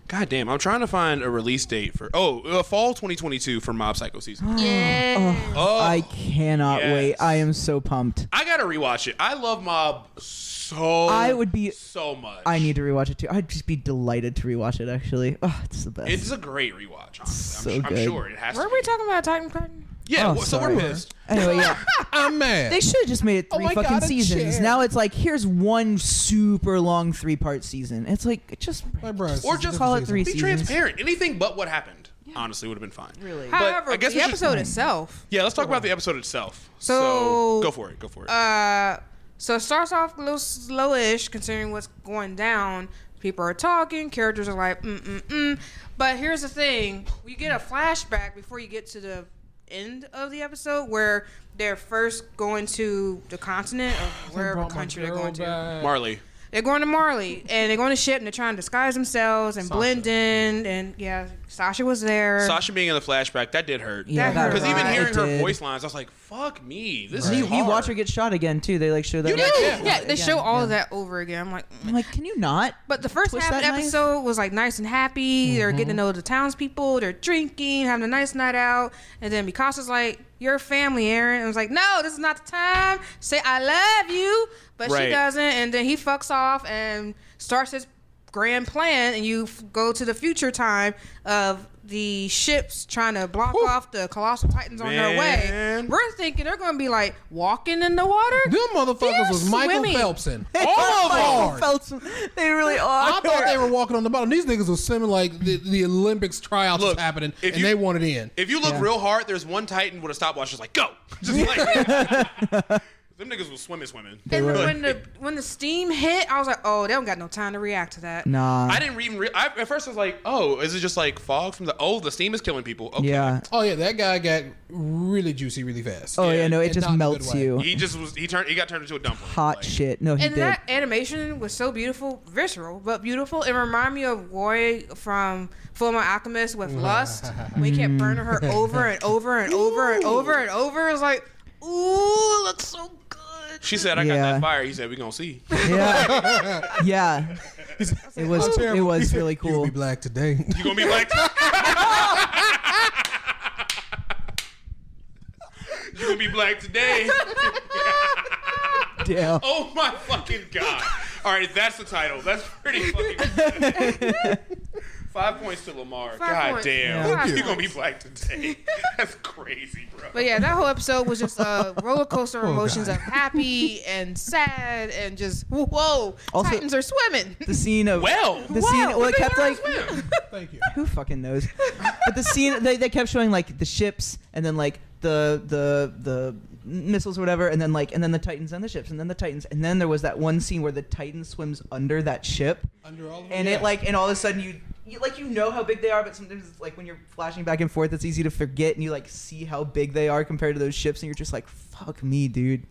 C: God damn, I'm trying to find a release date for oh uh, fall 2022 for Mob Psycho season.
E: Yeah.
C: Oh,
B: I
C: I,
B: cannot wait.
C: yes.
B: I am so pumped.
C: gotta rewatch it. I love Mob so.
D: Oh.
B: I would be-
C: so much.
B: I need to rewatch it too. I'd just be delighted to rewatch it. Actually, oh, it's the best.
C: It's a great rewatch. Honestly, I'm,
B: So
C: su- I'm
B: good.
C: sure it has
E: Were
C: to.
E: we
C: Be.
E: talking about Titan Titan?
C: Yeah,
B: oh,
C: wh- so
B: sorry.
C: we're pissed.
B: Anyway, yeah,
C: Ah,
D: I'm mad.
B: they should have just made it
D: Oh
B: three
D: my God,
B: fucking
D: a
B: seasons.
D: chair.
B: Now it's like here's one super long three part season. It's like just
D: Like, bro, it's
C: Or
D: a
C: just
D: different
B: call it
D: season.
B: three
C: Be
B: seasons.
C: transparent. Anything but what happened. Honestly, would have been fine.
B: Really, Oh,
E: However,
C: I guess
E: the
C: we should-
E: episode
B: Hmm.
E: itself.
C: Yeah, let's talk about the episode itself.
E: So-
C: go for it. Go for it.
E: Uh, so it starts off a little slowish considering what's going down. People are talking, characters are like, mm mm mm. But here's the thing: we get a flashback before you get to the end of the episode where they're first going to the continent or wherever country they're going to.
C: Marley.
E: They're going to Marley and they're going to ship and they're trying to disguise themselves and
D: Sasha.
E: blend in. And yeah, Sasha was there.
C: Sasha being in the flashback, that did hurt.
B: er. Yeah,
E: That
C: Because
E: hurt.
C: even
E: Right.
C: hearing
B: It
C: her
B: did.
C: voice lines, I was like, "Fuck me, this
B: And
C: is
B: You,
C: hard."
B: you watch her get shot again too. They like show that.
C: You
B: like,
C: did.
E: yeah,
C: Yeah,
E: they show
B: again,
E: all
B: yeah.
E: of that over again. I'm like, mm.
B: I'm like, can you not?
E: but the first
B: Twist
E: half of
B: that
E: the
B: knife? Mm-hmm.
E: episode was like nice and happy. They're getting to know the townspeople. They're drinking, having a nice night out. And then Mikasa's like, "Your family, Aaron." And I was like, "No, this is not the time. Say I love you," but
C: Right.
E: she doesn't. And then he fucks off and starts his grand plan. And you f- go to the future time of the ships trying to block off the colossal titans on their way.
C: Man.
E: We're thinking they're going to be like walking in the water.
D: Them motherfuckers
E: They're
D: was Michael
E: swimming.
D: Phelpsing.
B: They
D: All
B: are
D: of
B: Michael
D: ours.
B: Phelps. They really are.
D: I thought they were walking on the bottom. These niggas was swimming like the, the Olympics tryouts
C: Look,
D: was happening,
C: if
D: and
C: you-
D: they wanted in.
C: If you look
B: Yeah.
C: real hard, there's one Titan with a stopwatch just like, go! Just like. Them niggas was swimming, swimming.
E: And
B: were.
E: when the when the steam hit, I was like, "Oh, they don't got no time to react to that."
B: Nah.
C: I didn't even. Re- I, at first, I was like, "Oh, is it just like fog from the? Oh, the steam is killing people." Okay.
B: Yeah.
D: Oh yeah, that guy got really juicy really fast.
B: Oh yeah. No, it
D: and
B: just
D: not in a good
B: melts
D: way.
B: you.
C: He just was. He turned. He got turned into a dumpling.
B: Hot
C: Like,
B: shit. No, he
E: And
B: did.
E: that animation was so beautiful, visceral, but beautiful. It reminded me of Roy from Full Metal Alchemist with
B: Mm.
E: Lust. We kept burning her over and over and over and over and over. It was like, ooh, it looks so good.
C: She said, "I got
B: Yeah.
C: that fire." He said, "We gonna see."
B: yeah.
E: uh,
B: yeah. It was.
D: I'm terrible.
B: It was
D: He
B: really
D: said, You'll
B: cool.
D: be black today.
C: You gonna be like. You gonna be black today?
B: Damn.
C: Oh my fucking god! All right, that's the title. That's pretty fucking. Five points to Lamar.
E: Five
C: god
E: points.
C: damn,
E: Yeah. Thank
C: you
E: you.
C: gonna be black today? That's crazy, bro.
E: But yeah, that whole episode was just a roller coaster of
D: Oh,
E: emotions
D: God.
E: of happy and sad and just whoa,
B: Also-
E: Titans are swimming.
B: The scene of
C: Well,
B: the scene. Well,
E: Wow, they
B: it kept
E: learned
B: like
E: to swim.
D: Thank you.
B: who fucking knows. but the scene they, they kept showing like the ships and then like the the the missiles or whatever and then like and then the titans and the ships and then the titans and then there was that one scene where the titan swims under that ship
D: Under all of
B: and it like and all of a sudden you, you like you know how big they are but sometimes it's like when you're flashing back and forth it's easy to forget and you like see how big they are compared to those ships and you're just like fuck me dude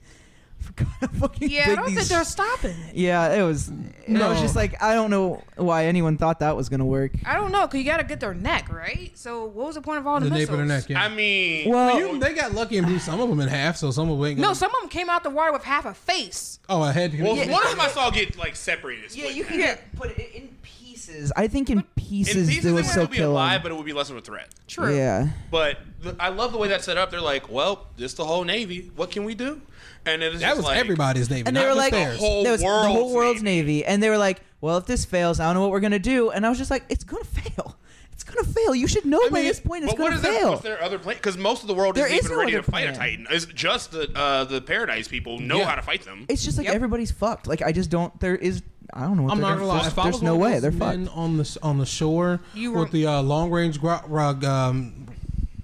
B: I forgot how fucking
E: Yeah, I
B: big
E: don't
B: these
E: think they're stopping it.
B: yeah it was no. i was
D: No.
B: just like i don't know why anyone thought that was gonna work
E: I don't know, cause you gotta get their neck, right? So what was the point of all the,
D: the nape
E: missiles?
D: of their neck. Yeah.
C: I mean,
B: Well-
D: Well, you- they got lucky and blew some of them in half, so some of them ain't.
E: No,
D: gonna-
E: some of them came out the water with half a face.
D: oh, a head.
C: well, one of them I saw get like separated.
B: yeah
C: split
B: you
C: in
B: can
E: Yeah.
B: get put it in pieces i think in pieces,
C: In
B: it
C: pieces,
B: was
C: it
B: so
C: would be
B: killing
C: alive, but it would be less of a threat.
E: True.
B: yeah
C: But th- I love the way that's set up. They're like, "Well, this the whole Navy. What can we do?" And it is
D: that
C: just
D: was
C: like,
D: everybody's name,
B: and they
D: not
B: were like
D: just theirs.
C: whole
B: there was the whole
C: world's
B: world's navy. and they were like well if this fails i don't know what we're gonna do and i was just like it's gonna fail it's gonna fail you should know by
D: mean,
B: this point it's
C: But what
B: gonna
C: is
B: fail
C: there? What's their other plan? Because most of the world
B: There
C: isn't
B: is
C: even
B: no
C: ready to
B: other
C: fight a
B: plan.
C: Titan. It's just the uh, the Paradise people know
D: Yeah.
C: how to fight them.
B: it's just like
E: Yep.
B: everybody's fucked like i just don't there is i don't know what
D: I'm
B: they're
D: not gonna lie.
B: there's,
D: If I
B: there's
D: was
B: no
D: one of
B: way they're
D: those
B: fucked
D: men on the s- on the shore
E: You were-
D: with the uh, long range gro- rug, um,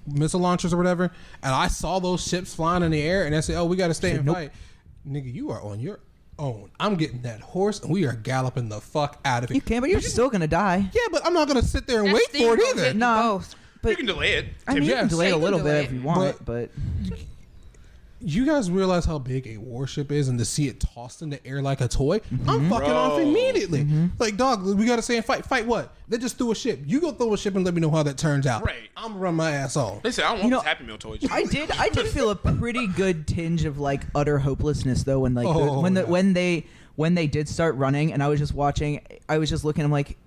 D: missile launchers or whatever, and I saw those ships flying in the air, and I said, "Oh, we got to stay
B: Said,
D: and
B: "Nope."
D: fight." Nigga, you are on your own. I'm getting that horse, and we are galloping the fuck out of it.
B: you can but you're still gonna die
D: Yeah, but I'm not gonna sit there and
E: That's
D: wait for it
E: the-
D: either.
E: Yeah.
B: no
E: Both.
C: you
B: but
C: can delay it.
B: i mean you can
D: Yes.
B: delay it
E: You
B: a
E: can
B: little
E: delay
B: bit if
E: it.
B: you want but
D: You guys realize how big a warship is, and to see it tossed in the air like a toy,
B: Mm-hmm.
D: I'm fucking off
C: Bro.
D: immediately. Like, dog, we gotta stay and fight. Fight what? They just threw a ship. You go throw a ship and let me know how that turns out.
C: Right.
D: I'm gonna run my ass off.
C: They said, "I don't want
B: You know,
C: this Happy Meal toy."
B: I did. I did feel a pretty good tinge of like utter hopelessness though when like
D: Oh,
B: the, when the
D: yeah.
B: when they when they did start running and I was just watching. I was just looking. I'm like,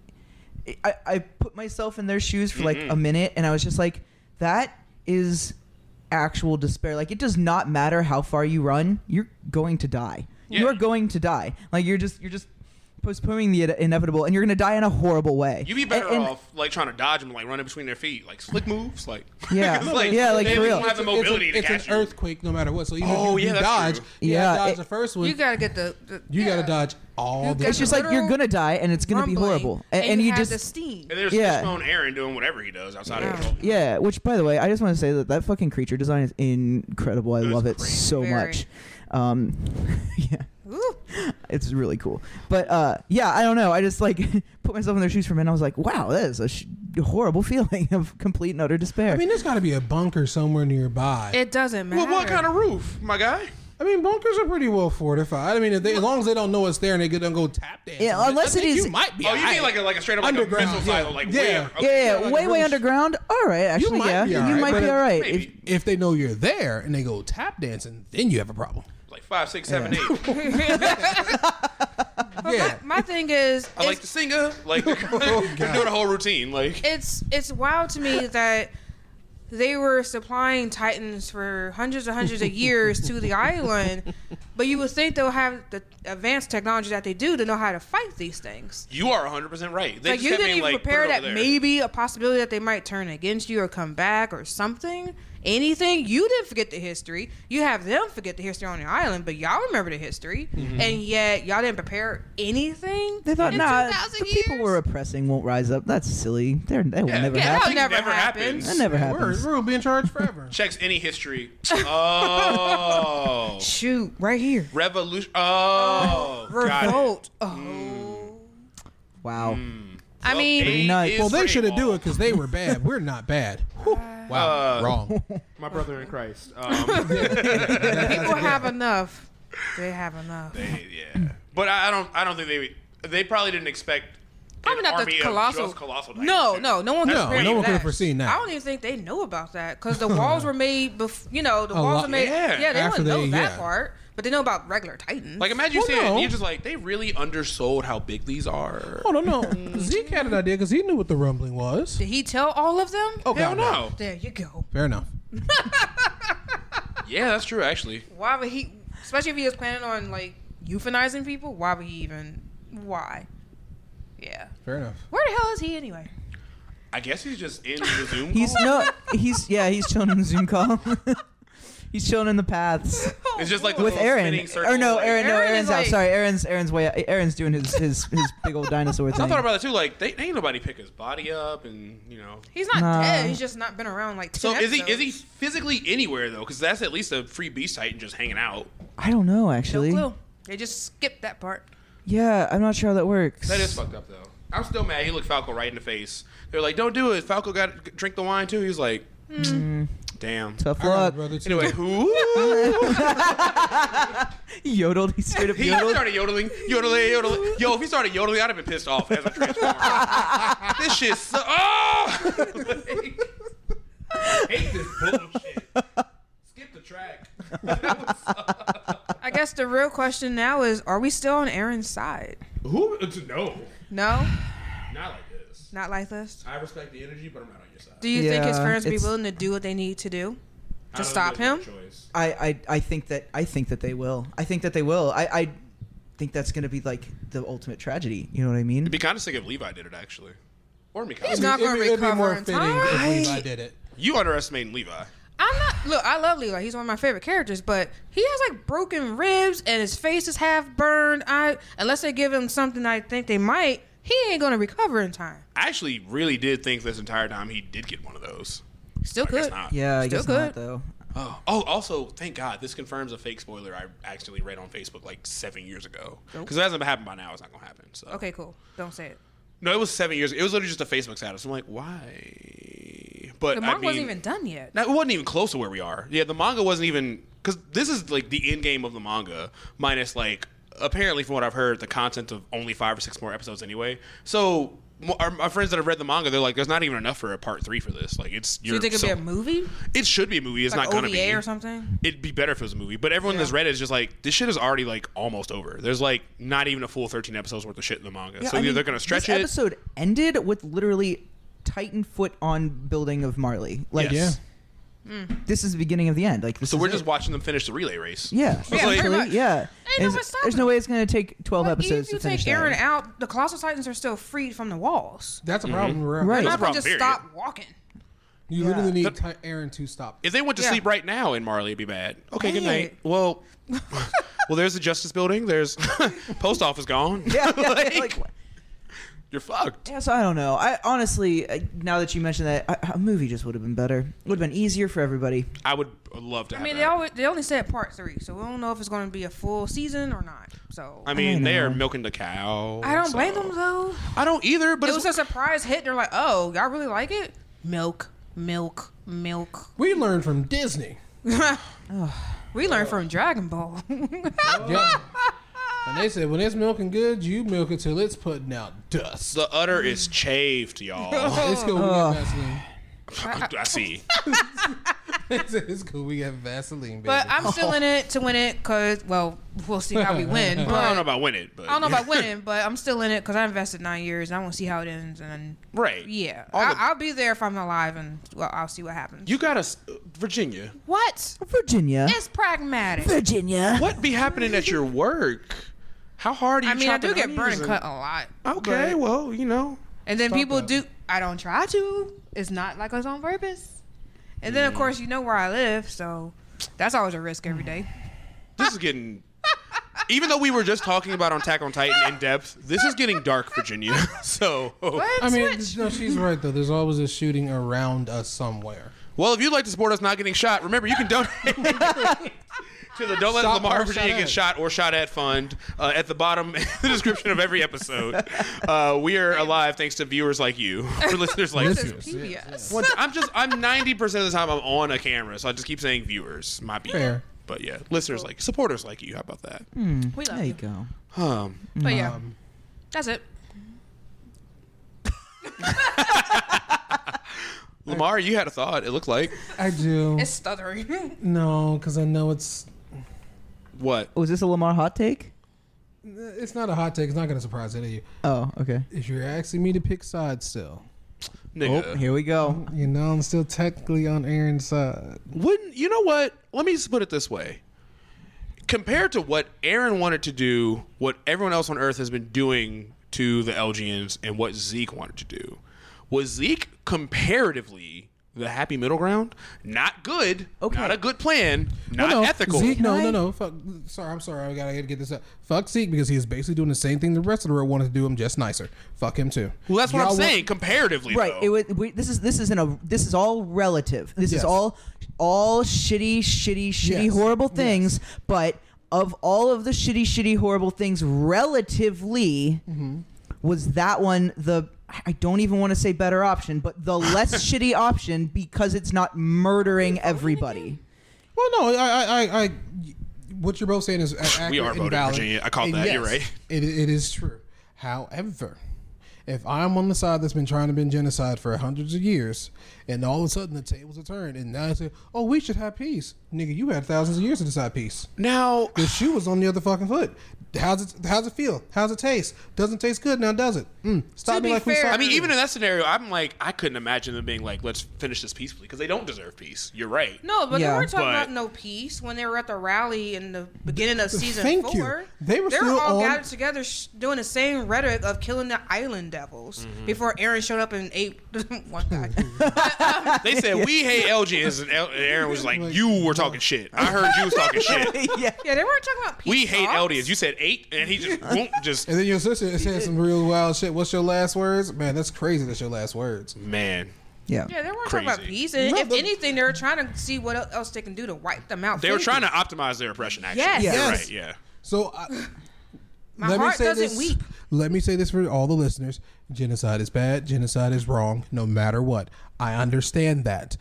B: I, I put myself in their shoes for like a
C: Mm-hmm.
B: minute and I was just like, that is actual despair. Like it does not matter how far you run, you're going to die.
C: Yeah.
B: You're going to die. Like you're just you're just postponing the inevitable and you're going to die in a horrible way.
C: You'd be
B: And-
C: better
B: and-
C: off like trying to dodge them, like running between their feet, like slick moves, like
B: Yeah. Yeah, like,
C: they
B: for real.
C: don't have the
D: It's a- it's a-
C: mobility to
D: it's
C: catch
D: an
C: you.
D: earthquake no matter what. So even
C: Oh,
D: if you
C: yeah, that's
D: dodge,
C: true.
D: you gotta
B: Yeah,
D: dodge
B: it-
D: the first one.
E: You gotta get the. the
D: you gotta
E: yeah.
D: dodge all the.
E: gotta-
B: it's just like you're
E: Literal
B: going to die and it's going to be
E: Rumbling,
B: horrible. A- And, you
E: have
B: just
E: the steam.
C: And there's
B: Yeah.
C: Fishbone Aaron doing whatever he does outside
E: Yeah.
C: of control.
B: Yeah, which by the way, I just want to say that that fucking creature design is incredible. I
C: was
B: love it
C: great.
B: so
E: Very.
B: much. Um, yeah,
E: Ooh.
B: it's really cool. But uh, yeah, I don't know. I just like put myself in their shoes for a minute. I was like, wow, that is a sh- horrible feeling of complete and utter despair.
D: I mean, there's gotta be a bunker somewhere nearby.
E: It doesn't matter.
C: Well, what kind of roof, my guy?
D: I mean, bunkers are pretty well fortified. I mean, if they, as long as they don't know it's there and they don't go tap dancing,
B: Yeah,
D: I
B: unless it
D: think
B: is-
D: you might be.
C: Oh, you mean
D: alright.
C: like a, like a straight up like a
D: Underground,
C: missile
D: yeah.
C: silo, like
D: Yeah.
C: way under- okay.
B: yeah, yeah,
D: like
B: way,
D: a
B: way
D: roof.
B: underground. All right,
D: you
B: actually,
D: might
B: yeah,
D: be all
B: you
D: right,
B: might
D: but
B: be
D: if-
B: all right.
C: maybe.
B: If-
D: If they know you're there and they go tap dancing, then you have a problem.
C: Like five, six, seven, eight.
D: Yeah.
E: My thing is,
C: I like
E: it's-
C: the singer. Like
E: Oh,
C: they're,
D: God.
C: doing a whole routine. Like
E: it's it's wild to me that they were supplying titans for hundreds and hundreds of years to the island, but you would think they'll have the advanced technology that they do to know how to fight these things.
C: you are 100 percent right. They
E: like
C: just
E: you
C: kept
E: didn't
C: being
E: even
C: like, put it
E: prepare
C: over
E: that
C: there.
E: maybe a possibility that they might turn against you or come back or something. Anything you didn't forget the history. You have them forget the history on the island, but y'all remember the history,
C: Mm-hmm.
E: and yet y'all didn't prepare anything.
B: They thought,
E: in
B: nah,
E: 2,000
B: the people
E: years?"
B: we're oppressing won't rise up. That's silly. They're, that will
C: Yeah.
B: never
C: Yeah,
E: that
B: happen.
E: would never happen.
B: That never happens.
D: We're, we'll be in charge forever.
C: Checks any history. Oh,
E: Shoot, right here.
C: revolution. Oh, got it. Mm.
E: Revolt. Oh.
B: Wow.
E: I mean,
C: Eight
B: nice.
C: is
D: well, they
C: great.
D: should have do it because they were bad. We're not bad. Whew. Wow,
C: Uh,
D: wrong.
F: My brother in Christ. Um,
E: people have enough. They have enough.
C: Yeah, but I I don't. I don't think they. They probably didn't expect.
E: Probably
C: an
E: not
C: army
E: the
C: of
E: colossal.
C: just colossal titans.
E: No, no, no one could
D: No,
E: prepare
D: no
E: for
D: one could've
E: that.
D: foreseen that.
E: I don't even think they know about that because the walls were made. Bef- you know, the
D: A
E: walls
D: lot-
E: were made.
C: yeah,
E: Yeah, they
D: after
E: wouldn't know
D: they-
E: that
D: yeah.
E: part, but they know about regular Titans.
C: Like imagine you
D: Well,
C: saying
D: no.
C: you're just like they really undersold how big these are.
D: Oh no, no. Zeke had an idea because he knew what the rumbling was.
E: did he tell all of them?
D: Oh
C: Hell
D: God, no.
C: no.
E: There you go.
D: Fair enough.
C: Yeah, that's true. Actually,
E: Why would he? Especially if he was planning on like euthanizing people. Why would he even? Why? Yeah.
D: Fair enough.
E: Where the hell is he anyway?
C: I guess he's just in the Zoom.
B: He's
C: call.
B: no. He's yeah. He's chilling in the Zoom call. he's chilling in the paths
C: It's just like the
B: with
C: little
B: Aaron.
C: spinning circle,
B: Or no,
C: like-
B: Aaron. No,
E: Aaron is
B: Aaron's out.
E: like-
B: Sorry, Aaron's Aaron's way. Out. Aaron's doing his his his big old dinosaur
C: I
B: thing.
C: thought about it too. Like they, ain't nobody pick his body up, and you know.
E: He's not
B: Nah.
E: dead. He's just not been around like ten
C: So is he is
E: episodes.
C: he physically anywhere though? Because that's at least a free beast titan just hanging out.
B: I don't know
E: No
B: actually.
E: clue. They just skipped that part.
B: Yeah, I'm not sure how that works.
C: That is fucked up though. I'm still mad. He looked Falco right in the face. They're like, "Don't do it." Falco got to drink the wine too. He's like,
B: Mm.
C: "Damn."
B: tough
D: All right,
B: luck.
D: brother. too.
C: Anyway, who?
B: He yodeled. He straight up
C: He
B: yodeled.
C: started yodeling, yodeling, yodeling. Yo, if he started yodeling, I'd have been pissed off as a transformer. this shit. So- oh! Like, hate this bullshit. Skip the track.
E: I guess the real question now is: Are we still on Aaron's side?
C: Who? uh, No,
E: No,
C: not like this.
E: not like this.
C: I respect the energy, but I'm not on your side.
E: Do you think his
B: Yeah,
E: parents be
B: it's-
E: willing to do what they need to do
C: I
E: to
C: don't
E: stop
C: think
E: him?
C: there's a choice.
B: I, I I think that I think that they will. I think that they will. I I think that's gonna be like the ultimate tragedy. You know what I mean?
C: It'd be kind of sick if Levi did it actually, or Mikasa.
E: He's not
D: It'd
E: gonna
D: be- it'd be
E: recover
D: more
E: in
D: fitting
E: time.
D: if Levi did it.
C: You underestimate Levi.
E: I'm not. Look, I love Leela. He's one of my favorite characters, but he has like broken ribs and his face is half burned. I unless they give him something, I think they might. He ain't gonna recover in time.
C: I actually really did think this entire time he did get one of those.
E: Still
C: I guess
E: could.
C: not.
B: yeah, I
E: Still
B: guess not
E: good.
B: though.
C: Oh, oh, also, thank God this confirms a fake spoiler I accidentally read on Facebook like seven years ago. Because it hasn't happened by now, it's not gonna happen. So
E: Okay, cool. Don't say it.
C: no, it was seven years. It was literally just a Facebook status. I'm like, why? But
E: The
C: I
E: mom
C: mean,
E: wasn't even done yet.
C: Now, it wasn't even close to where we are. Yeah, the manga wasn't even because this is like the end game of the manga, minus like apparently from what I've heard, the content of only five or six more episodes anyway. So mo- our, my friends that have read the manga, they're like, "There's not even enough for a part three for this. Like, it's
E: Do
C: you're,
E: you think it'd be a movie,
C: it should be a movie. It's
E: like
C: not gonna be
E: OVA or something?
C: It'd be better if it was a movie, but everyone that's read it is just like this shit is already like almost over. There's like not even a full 13 episodes worth of shit in the manga, so
B: I
C: either
B: mean,
C: they're gonna stretch
B: this
C: it.
B: episode ended with literally Titan foot on building of Marley. Like
C: Yes.
B: this is the beginning of the end. Like this
C: So
B: is
C: we're
B: it.
C: just watching them finish the relay race.
B: yeah,
C: Yeah,
B: actually,
E: pretty much.
B: yeah.
E: no
B: There's-
E: way stopping
B: there's no way it's gonna take twelve
E: But even
B: episodes
E: if you
B: to finish
E: take
B: that.
E: Aaron out, the colossal titans are still freed from the walls.
D: That's a problem. we're at.
B: Right.
E: They're
B: That's a
E: not gonna
C: problem,
E: just
C: period.
E: stop walking.
D: You
B: Yeah.
D: literally need Ty- Aaron to stop.
C: If they went to
E: Yeah.
C: sleep right now in Marley, it'd be bad. Okay, good
E: Hey.
C: night. Well, well, there's the justice building. There's post office gone.
B: Yeah, yeah,
C: like,
B: like, what-
C: you're fucked.
B: yeah, so I don't know. I honestly, I- now that you mentioned that, I, a movie just would have been better. Would have been easier for everybody.
C: I would love to.
E: I
C: Have
E: mean, they
C: that.
E: always they only said part three, so we don't know if it's going to be a full season or not. So
C: I mean, they
B: know.
C: are milking the cow.
E: I don't blame
C: so-
E: them though.
C: I don't either. But
E: It
C: it's,
E: was a surprise hit. They're like, "Oh, y'all really like it? Milk, milk, milk."
D: We learned from Disney.
E: We learned from Dragon Ball.
D: Yep. and they said when it's milking good, you milk it till it's putting out dust.
C: The udder is chafed, y'all.
D: It's cool.
B: Ugh.
D: We got Vaseline.
C: I see.
D: They said, it's cool. We got Vaseline, baby.
E: but I'm still in it to win it because, well, we'll see how we win. But
C: I don't know about win it, but
E: I don't know about winning, but I'm still in it because I invested nine years and I want to see how it ends. And
C: right.
E: yeah,
C: All
E: I,
C: the-
E: I'll be there if I'm alive and well, I'll see what happens.
C: You got us, Virginia.
E: what?
B: Virginia.
E: It's pragmatic.
B: Virginia.
C: What be happening at your work? How hard are you?
E: I mean, I do
C: chopping
E: get burned
C: onions
E: and cut a lot.
C: Okay,
E: but-
C: well, you know,
E: and then people
D: that.
E: do. I don't try to. It's not like it's on purpose. And
D: Mm.
E: then of course you know where I live, so that's always a risk every day.
C: this is getting. Even though we were just talking about on Attack on Titan in depth, this is getting dark, Virginia. So,
E: What?
D: I mean,
E: Um, Switch.
D: no, she's right though. There's always a shooting around us somewhere.
C: well, if you'd like to support us not getting shot, remember you can donate to the Don't Let
D: Shot
C: Lamar
D: or
C: Virginia
D: shot
C: Get
D: at.
C: Shot or Shot at Fund uh, at the bottom in the description of every episode. Uh, we are alive thanks to viewers like you, or listeners like
D: This
C: you.
D: is
E: PBS.
C: One- I'm just I'm 90 percent of the time I'm on a camera, so I just keep saying viewers, my people.
D: Fair. Hmm.
C: But yeah, listeners like supporters like you. How about that?
E: We love
B: There you
E: you.
B: go.
C: Um,
E: But yeah,
D: Um,
E: that's it.
C: Lamar, you had a thought. It looked like
D: I do.
E: It's stuttering.
D: no, because I know it's
C: what?
B: Was Oh, this a Lamar hot take?
D: it's not a hot take. It's not going to surprise any of you.
B: Oh, okay.
D: If you're asking me to pick sides, still,
B: Oh,
C: Nigga.
B: here we go.
D: you know, I'm still technically on Aaron's side.
C: Wouldn't you know what? Let me just put it this way. Compared to what Aaron wanted to do, what everyone else on earth has been doing to the Elgians and what Zeke wanted to do, was Zeke comparatively the happy middle ground? Not good.
B: Okay.
C: Not a good plan. Not
D: no,
C: ethical.
D: Zeke, no,
B: Can
D: no,
B: I-
D: no. Fuck. Sorry, I'm sorry. I gotta, I gotta get this up. Fuck Zeke because he is basically doing the same thing the rest of the world wanted to do him, just nicer. Fuck him too.
C: Well, that's what
D: Y'all
C: I'm
D: want-
C: saying. comparatively,
B: Right.
C: Though.
B: It was. We, this is this isn't a. This is all relative. This
D: Yes.
B: is all all shitty, shitty, shitty,
D: Yes.
B: horrible things. But of all of the shitty, shitty, horrible things, relatively,
D: Mm-hmm.
B: was that one the. I don't even want to say better option, but the less shitty option because it's not murdering everybody.
D: Well, no, I, I, I, I what you're both saying is accurate
C: are voting
D: and valid.
C: Virginia. I caught
D: And
C: that. You're right.
D: It, it is true. However, if I'm on the side that's been trying to bend genocide for hundreds of years, and all of a sudden the tables are turned, and now I say, "Oh, we should have peace, nigga. You had thousands of years to decide peace."
C: Now,
D: The shoe was on the other fucking foot. How's it? How's it feel? How's it taste? Doesn't taste good now, does it? Mm. Stop
E: To
D: me
E: be
D: like we
E: fair-
D: saw.
C: I mean, even in that scenario, I'm like, I couldn't imagine them being like, let's finish this peacefully because they don't deserve peace. You're right.
E: No, but
B: Yeah.
E: they weren't talking
C: But-
E: about no peace when they were at the rally in the beginning of season
D: Thank you.
E: four.
D: They were
E: they
D: still
E: were all
D: on-
E: gathered together sh- doing the same rhetoric of killing the island devils
C: Mm-hmm.
E: before Aaron showed up and ate one guy.
C: They said, we hate LGs. And El- and Aaron was like, you were talking shit. I heard you was talking shit.
B: yeah.
E: yeah, they weren't talking about peace.
C: We hate
E: talks.
C: LDS. You said eight, and he just won't just.
D: and then your sister said some real wild shit. What's your last words, man? That's crazy. That's your last words.
C: Mm. Man.
B: Yeah.
E: Yeah, they weren't talking about
C: Crazy.
E: peace. And
D: No,
E: if
D: they-
E: anything, they were trying to see what el- else they can do to wipe them out.
C: They were
E: physically.
C: trying to optimize their oppression, actually.
E: Yes.
C: You're
D: Yes.
C: right, yeah.
D: So I,
E: My heart doesn't weep.
D: Let me say this for all the listeners: genocide is bad. Genocide is wrong, no matter what. I understand that,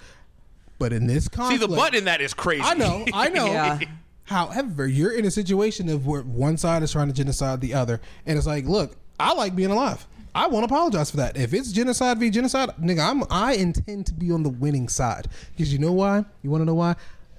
D: but in this
C: See,
D: conflict,
C: the butt in that is crazy.
D: I know, I know.
B: Yeah.
D: However, you're in a situation of where one side is trying to genocide the other, and it's like, look, I like being alive. I won't apologize for that. If it's genocide v genocide, nigga, I'm I intend to be on the winning side because you know why? You want to know why?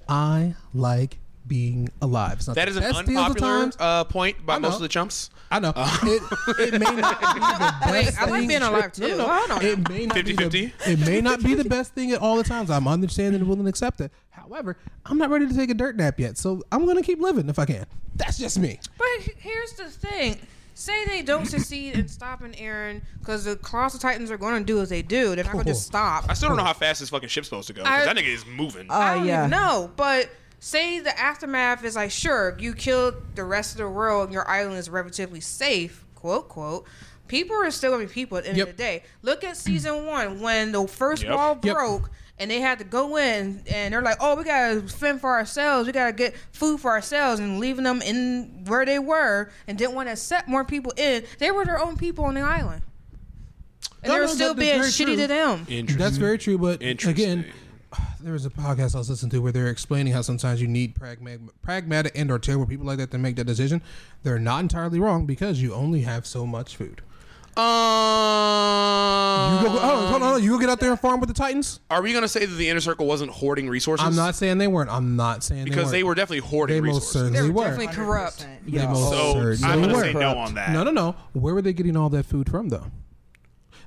D: I like being alive. It's not
C: that
D: the
C: is an
D: best deals of
C: unpopular
D: times.
C: uh, point by
D: I know.
C: most of the chumps.
D: I know it, it may not be the best
E: Wait, I like
D: thing-
E: being alive too. I don't know.
D: it may not be the,
C: 50-50?
D: it may not be the best thing at all the times. I'm understanding and willing to accept it. However, I'm not ready to take a dirt nap yet, so I'm gonna keep living if I can. That's just me.
E: But he- here's the thing. Say they don't succeed in stopping Aaron because the Colossal Titans are going to do as they do. They're not going to just stop.
C: I still don't know how fast this fucking ship's supposed to go 'cause
E: I-
C: that nigga is moving.
D: Oh,
B: Uh,
E: I don't
B: yeah.
E: even know. But say the aftermath is like, sure, you killed the rest of the world and your island is relatively safe, quote, quote. People are still going to be people at the end
D: Yep.
E: of the day. Look at season one when the first
C: Yep.
E: wall
D: Yep.
E: broke and they had to go in and they're like, oh, we got to fend for ourselves. We got to get food for ourselves and leaving them in where they were and didn't want to accept more people in. They were their own people on the island.
D: No,
E: And they were
D: no,
E: still
D: that- that's
E: being
D: very
E: shitty
D: true.
E: to them.
C: Interesting.
D: That's very true, but again,
C: Interesting.
D: there was a podcast I was listening to where they're explaining how sometimes you need pragmatic, pragmatic and or terrible people like that to make that decision. They're not entirely wrong because you only have so much food.
C: Um,
D: You go, oh, hold on, hold on. You go get out there and farm with the Titans.
C: are we going to say that the inner circle wasn't hoarding resources?
D: I'm not saying they weren't. I'm not saying
C: because they
D: they
C: were
D: weren't.
C: definitely hoarding
D: They most
C: resources.
E: They
D: certainly
E: were
D: were.
E: definitely corrupt.
D: They
B: Yeah.
D: most
C: So
D: certainly
C: I'm going to
D: were.
C: say no on that.
D: No, no, no. Where were they getting all that food from, though?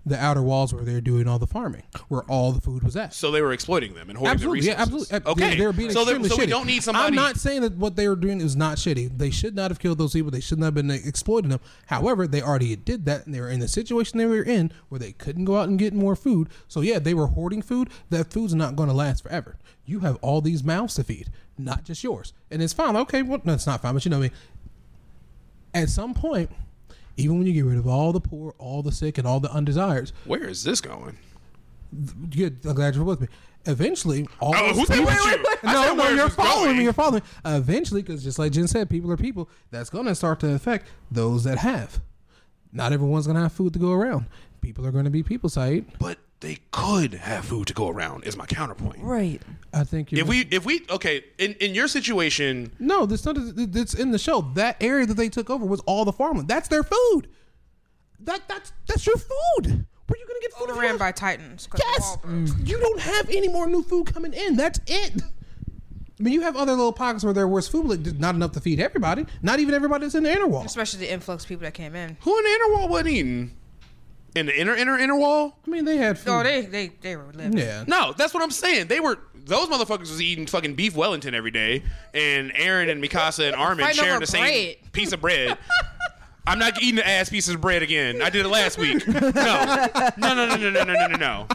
D: The outer walls where they're doing all the farming, where all the food was at.
C: So they were exploiting them and hoarding
D: absolutely,
C: the
D: yeah,
C: resources.
D: absolutely. Ab-
C: Okay,
D: they, they were being
C: so, they-
D: extremely
C: so
D: shitty.
C: we don't need somebody.
D: I'm not saying that what they were doing is not shitty. They should not have killed those people. They should not have been exploiting them. However, they already did that, and they were in the situation they were in where they couldn't go out and get more food. So yeah, they were hoarding food. That food's not going to last forever. You have all these mouths to feed, not just yours. And it's fine. Okay, well, no, it's not fine, but you know what I mean at some point, even when you get rid of all the poor, all the sick, and all the undesireds,
C: Where is this going?
D: good. I'm glad you're with me. Eventually, all
C: Oh,
D: those
C: who said
D: people-
C: wait, wait, wait. I said
D: No, no,
C: where
D: you're
C: is this
D: following
C: going?
D: me. You're following. me. Eventually, because just like Jen said, people are people. That's going to start to affect those that have. Not everyone's going to have food to go around. People are going to be people, Saeed.
C: But they could have food to go around. Is my counterpoint.
B: Right.
D: I think you're.
C: If we, if we, okay, in in your situation,
D: no, this not. It's in the show. That area that they took over was all the farmland. That's their food. That that's that's your food. Where you going to get food? if you
E: Overran
D: don't-
E: by Titans. 'cause
D: Yes,
E: Wahlberg-
D: you don't have any more new food coming in. That's it. I mean, you have other little pockets where there was food, but just not enough to feed everybody. Not even everybody that's in the inner wall.
E: Especially the influx people that came in.
C: who in the inner wall wasn't eating? In the inner inner inner wall?
D: I mean, they had food.
E: Oh, they they they were living.
D: yeah.
C: No, that's what I'm saying. They were those motherfuckers was eating fucking beef Wellington every day, and Aaron and Mikasa and Armin
E: Fighting
C: sharing
E: over
C: the same
E: bread.
C: piece of bread. I'm not eating the ass pieces of bread again. I did it last week. No, no, no, no, no, no, no, no, no. no.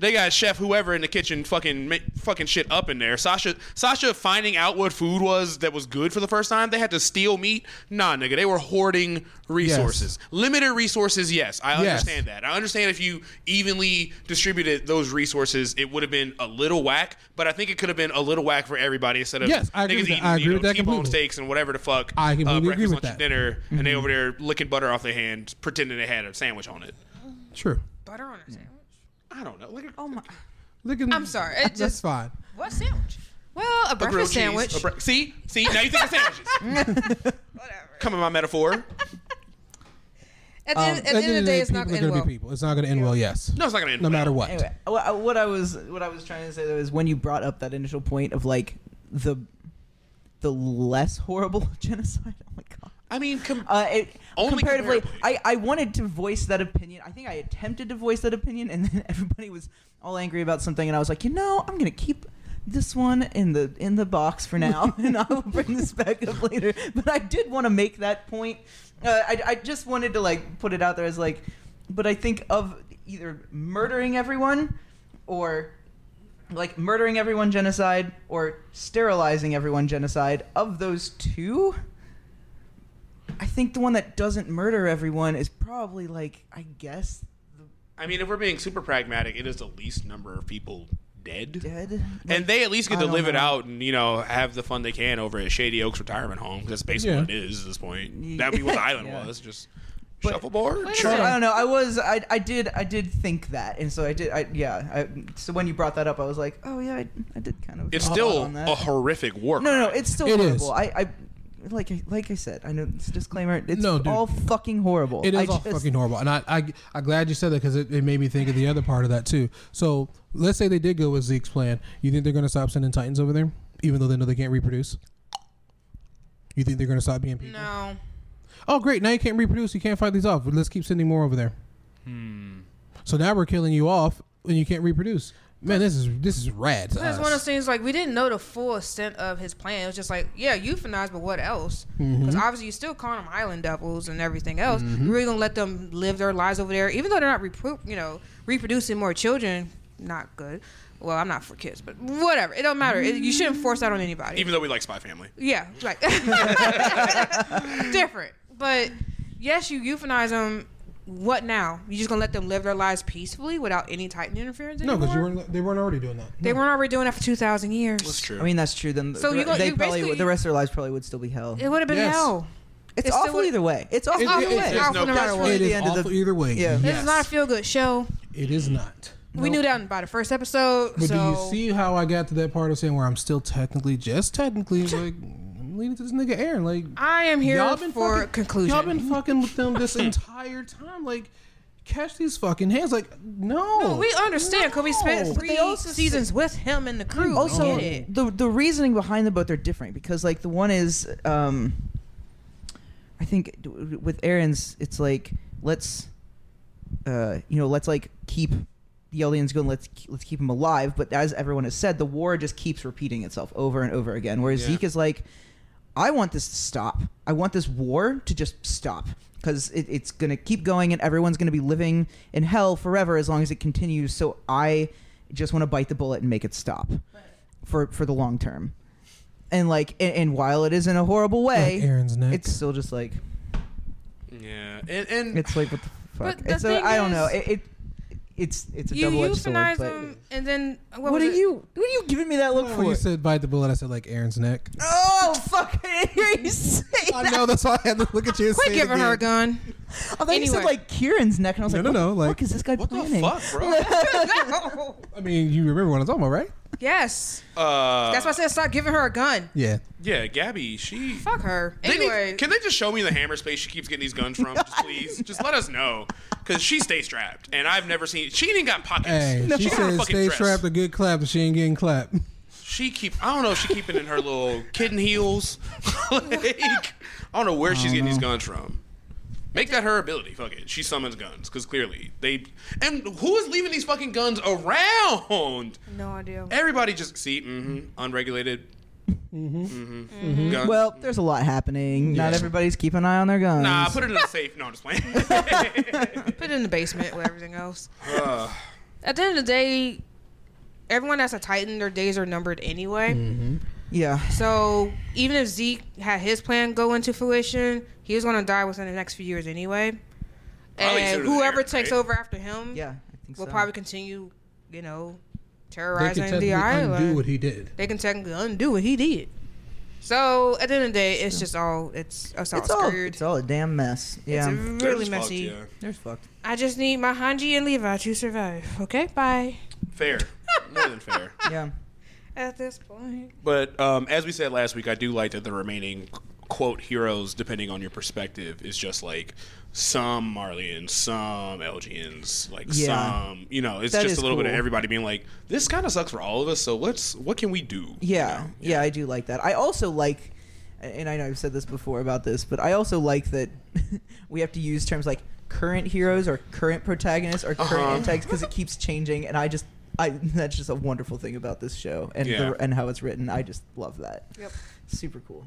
C: They got chef whoever in the kitchen fucking ma- fucking shit up in there. Sasha Sasha finding out what food was that was good for the first time. They had to steal meat. Nah, nigga, they were hoarding resources. Limited resources, yes, I
D: Yes.
C: understand that. I understand if you evenly distributed those resources, it would have been a little whack. But I think it could have been a little whack for everybody instead of
D: Yes, I agree
C: niggas
D: with that.
C: eating
D: I agree
C: you know,
D: with that
C: T-bone
D: completely.
C: steaks and whatever the fuck. uh,
D: I completely agree
C: breakfast,
D: with
C: lunch,
D: that. Mm-hmm.
C: and dinner, and they over there licking butter off their hand, pretending they had a sandwich on it.
D: True.
E: Butter on a sandwich.
C: I don't know. Like,
B: Oh my.
D: Look at
E: I'm sorry, it
D: that's
E: just-
D: fine.
E: What sandwich? Well, a
C: a grilled
E: breakfast
C: cheese,
E: sandwich.
C: a bre- see, see, now you think of sandwiches.
E: Whatever.
C: Come in my metaphor.
E: At the, end, um, at the end of the day, it's not
D: people are gonna
E: going to end well.
D: be people. It's not going to end well. Yes.
C: No, it's not gonna end.
D: No
C: well.
D: matter what.
B: Anyway, wh- what I was what I was trying to say though is when you brought up that initial point of like the the less horrible genocide. Oh my god.
C: I mean, com-
B: Uh, it,
C: Only
B: comparatively,
C: comparably.
B: I, I wanted to voice that opinion. I think I attempted to voice that opinion, and then everybody was all angry about something, and I was like, you know, I'm gonna keep this one in the in the box for now, and I will bring this back up later. But I did want to make that point. Uh, I I just wanted to like put it out there as like, but I think of either murdering everyone, or like murdering everyone genocide or sterilizing everyone genocide of those two I think the one that doesn't murder everyone is probably like I guess
C: I mean, if we're being super pragmatic, it is the least number of people dead.
B: dead.
C: And they at least get
B: I
C: to
B: don't
C: live it
B: know.
C: out and you know have the fun they can over at Shady Oaks Retirement Home. 'cause That's basically
D: Yeah.
C: what it is at this point.
B: Yeah.
C: That'd be what the island
B: Yeah.
C: was. Just
B: But-
C: shuffleboard.
B: So, I don't know. I was I, I did I did think that, and so I did I yeah. I, so when you brought that up, I was like, oh yeah, I, I did kind of.
C: It's
B: fall
C: still
B: on that.
C: a horrific war.
B: no, no,
C: crime.
B: it's still
D: It
B: horrible.
D: is.
B: I, I like I, like I said, I know it's a disclaimer. It's
D: No, dude.
B: all fucking horrible.
D: It is
B: I
D: all
B: just-
D: fucking horrible, and I, I I'm glad you said that because it, it made me think of the other part of that too. So let's say they did go with Zeke's plan. You think they're going to stop sending Titans over there, even though they know they can't reproduce? You think they're going to stop being people?
E: No.
D: Oh, great! Now you can't reproduce. You can't fight these off. But let's keep sending more over there. So now we're killing you off, and you can't reproduce. Man, this is this is rad. to
E: It's
D: us.
E: one of those things like we didn't know the full extent of his plan. It was just like, yeah, euthanize, but what else? Because obviously, you still calling them island devils and everything else. You really gonna let them live their lives over there, even though they're not, repro- you know, reproducing more children? Not good. Well, I'm not for kids, but whatever. It don't matter. It, you shouldn't force that on anybody.
C: Even though we like Spy Family,
E: Yeah, like different. But yes, you euthanize them. What now? You just gonna let them live their lives peacefully without any Titan interference
D: No,
E: anymore?
D: because you weren't. They weren't already doing that.
E: They weren't already doing that for two thousand years.
C: that's true.
B: I mean that's true. Then
E: So
B: the,
E: you go-
B: they
E: you
B: probably
E: basically-
B: the rest of their lives probably would still be hell.
E: It would have been
D: Yes.
E: hell.
B: it's,
E: it's still
B: awful
E: would-
B: either way. It's awful
E: It's
D: it-
B: either
E: awful,
B: way.
C: there's
E: awful
C: no
E: no matter
C: question.
E: what.
B: Really
E: This
B: the
D: It
B: end
D: is
B: of the-
D: awful either way.
B: Yeah.
D: Yes.
E: is not a feel good show.
D: It is not.
E: We knew that by the first episode.
D: But
E: so
D: do you see how I got to that part of saying where I'm still technically, just technically, like I'm leaning to this nigga Aaron? Like
E: I am here
D: y'all been
E: for
D: fucking,
E: conclusion.
D: Y'all been fucking with them this entire time. Like catch these fucking hands. Like no,
E: No, we understand because we
D: No.
E: spent
D: But
E: three
B: they also
E: seasons with him and the crew.
B: also
E: we get it.
B: the the reasoning behind the both are different because like the one is um i think d- with aaron's it's like let's uh you know let's like keep the aliens going let's ke- let's keep them alive but as everyone has said the war just keeps repeating itself over and over again whereas
C: Yeah.
B: zeke is like i want this to stop i want this war to just stop because it, it's going to keep going and everyone's going to be living in hell forever as long as it continues so i just want to bite the bullet and make it stop for for the long term. And like, and, and while it is in a horrible way,
D: Like Aaron's neck.
B: it's still just like
C: Yeah, and and
B: it's like what the fuck.
E: But the
B: And so
E: thing
B: I don't
E: is-
B: know. It, it it's it's a
E: you
B: double edged sword.
E: euthanize
B: But
E: him, and then what,
B: what,
E: was
B: are
E: it?
B: you what are you giving me that look
D: When
B: for?
D: you said bite the bullet, I said like Aaron's neck.
B: oh fuck! I didn't hear you say
D: I
B: that.
D: know that's why I had to look at you. And
E: Quit
D: say it
E: giving her a
D: again.
E: gun.
B: I thought you said
E: Anyway.
B: like Kieran's neck, and I was
D: No,
B: like, what
D: no,
B: the
D: no, like-
B: fuck is this guy
C: what the
B: planning?
C: fuck, bro?
D: I mean, you remember what I'm talking about, right?
E: yes,
C: uh,
E: that's why I said stop giving her a gun.
D: Yeah.
C: Yeah, Gabby, she.
E: Fuck her.
C: They need-
E: Anyway,
C: can they just show me the hammer space she keeps getting these guns from? Just please, just let us know, because she stays strapped, and I've never seen. She ain't got pockets.
D: Hey, she
C: got a
D: said
C: fucking
D: stay
C: dress.
D: strapped or get clapped, but she ain't getting clapped.
C: She keep. I don't know. if She keeping in her little kitten heels. like, I don't know where she's getting these guns from. Make that her ability. Fuck it. She summons guns because clearly they. And who is leaving these fucking guns around?
E: no idea.
C: Everybody just see. Mm-hmm. Unregulated. Mm-hmm. Mm-hmm. Guns.
B: Well, there's a lot happening. Not everybody's keeping an eye on their guns.
C: nah. Put it in a safe. No, I'm just playing.
E: Put it in the basement with everything else.
C: Uh.
E: At the end of the day, everyone that's a Titan, their days are numbered anyway.
B: yeah.
E: So even if Zeke had his plan go into fruition, he was going to die within the next few years anyway.
C: Probably
E: And
C: sooner than
E: whoever
C: Aaron,
E: takes
C: right?
E: over after him,
B: Yeah, I think
E: will
B: so.
E: probably continue, you know,
D: They can
E: terrorizing
D: technically
E: the island.
D: undo what he did.
E: they can technically undo what he did. So at the end of the day, it's just all it's it's all
B: it's all
E: screwed.
B: it's all a damn mess. Yeah,
E: it's
C: They're
E: really
C: just fucked,
E: messy.
C: yeah.
B: there's fucked.
E: I just need my Hanji and Levi to survive. Okay, bye.
C: Fair. More than fair.
B: Yeah.
E: At this point,
C: But um, as we said last week, I do like that the remaining quote heroes, depending on your perspective, is just like some Marlians, some Elgians, like
B: Yeah.
C: some you know, it's
B: That
C: just
B: is
C: a little bit of
B: cool.
C: everybody being like, This kinda sucks for all of us, so let's what can we do?
B: Yeah,
C: You know?
B: yeah, I do like that. I also like, and I know I've said this before about this, but I also like that we have to use terms like current heroes or current protagonists or current
C: Uh-huh.
B: antagonists because it keeps changing, and I just. I, that's just a wonderful thing about this show and
C: Yeah.
B: the, and how it's written. I just love that.
E: Yep.
B: Super cool.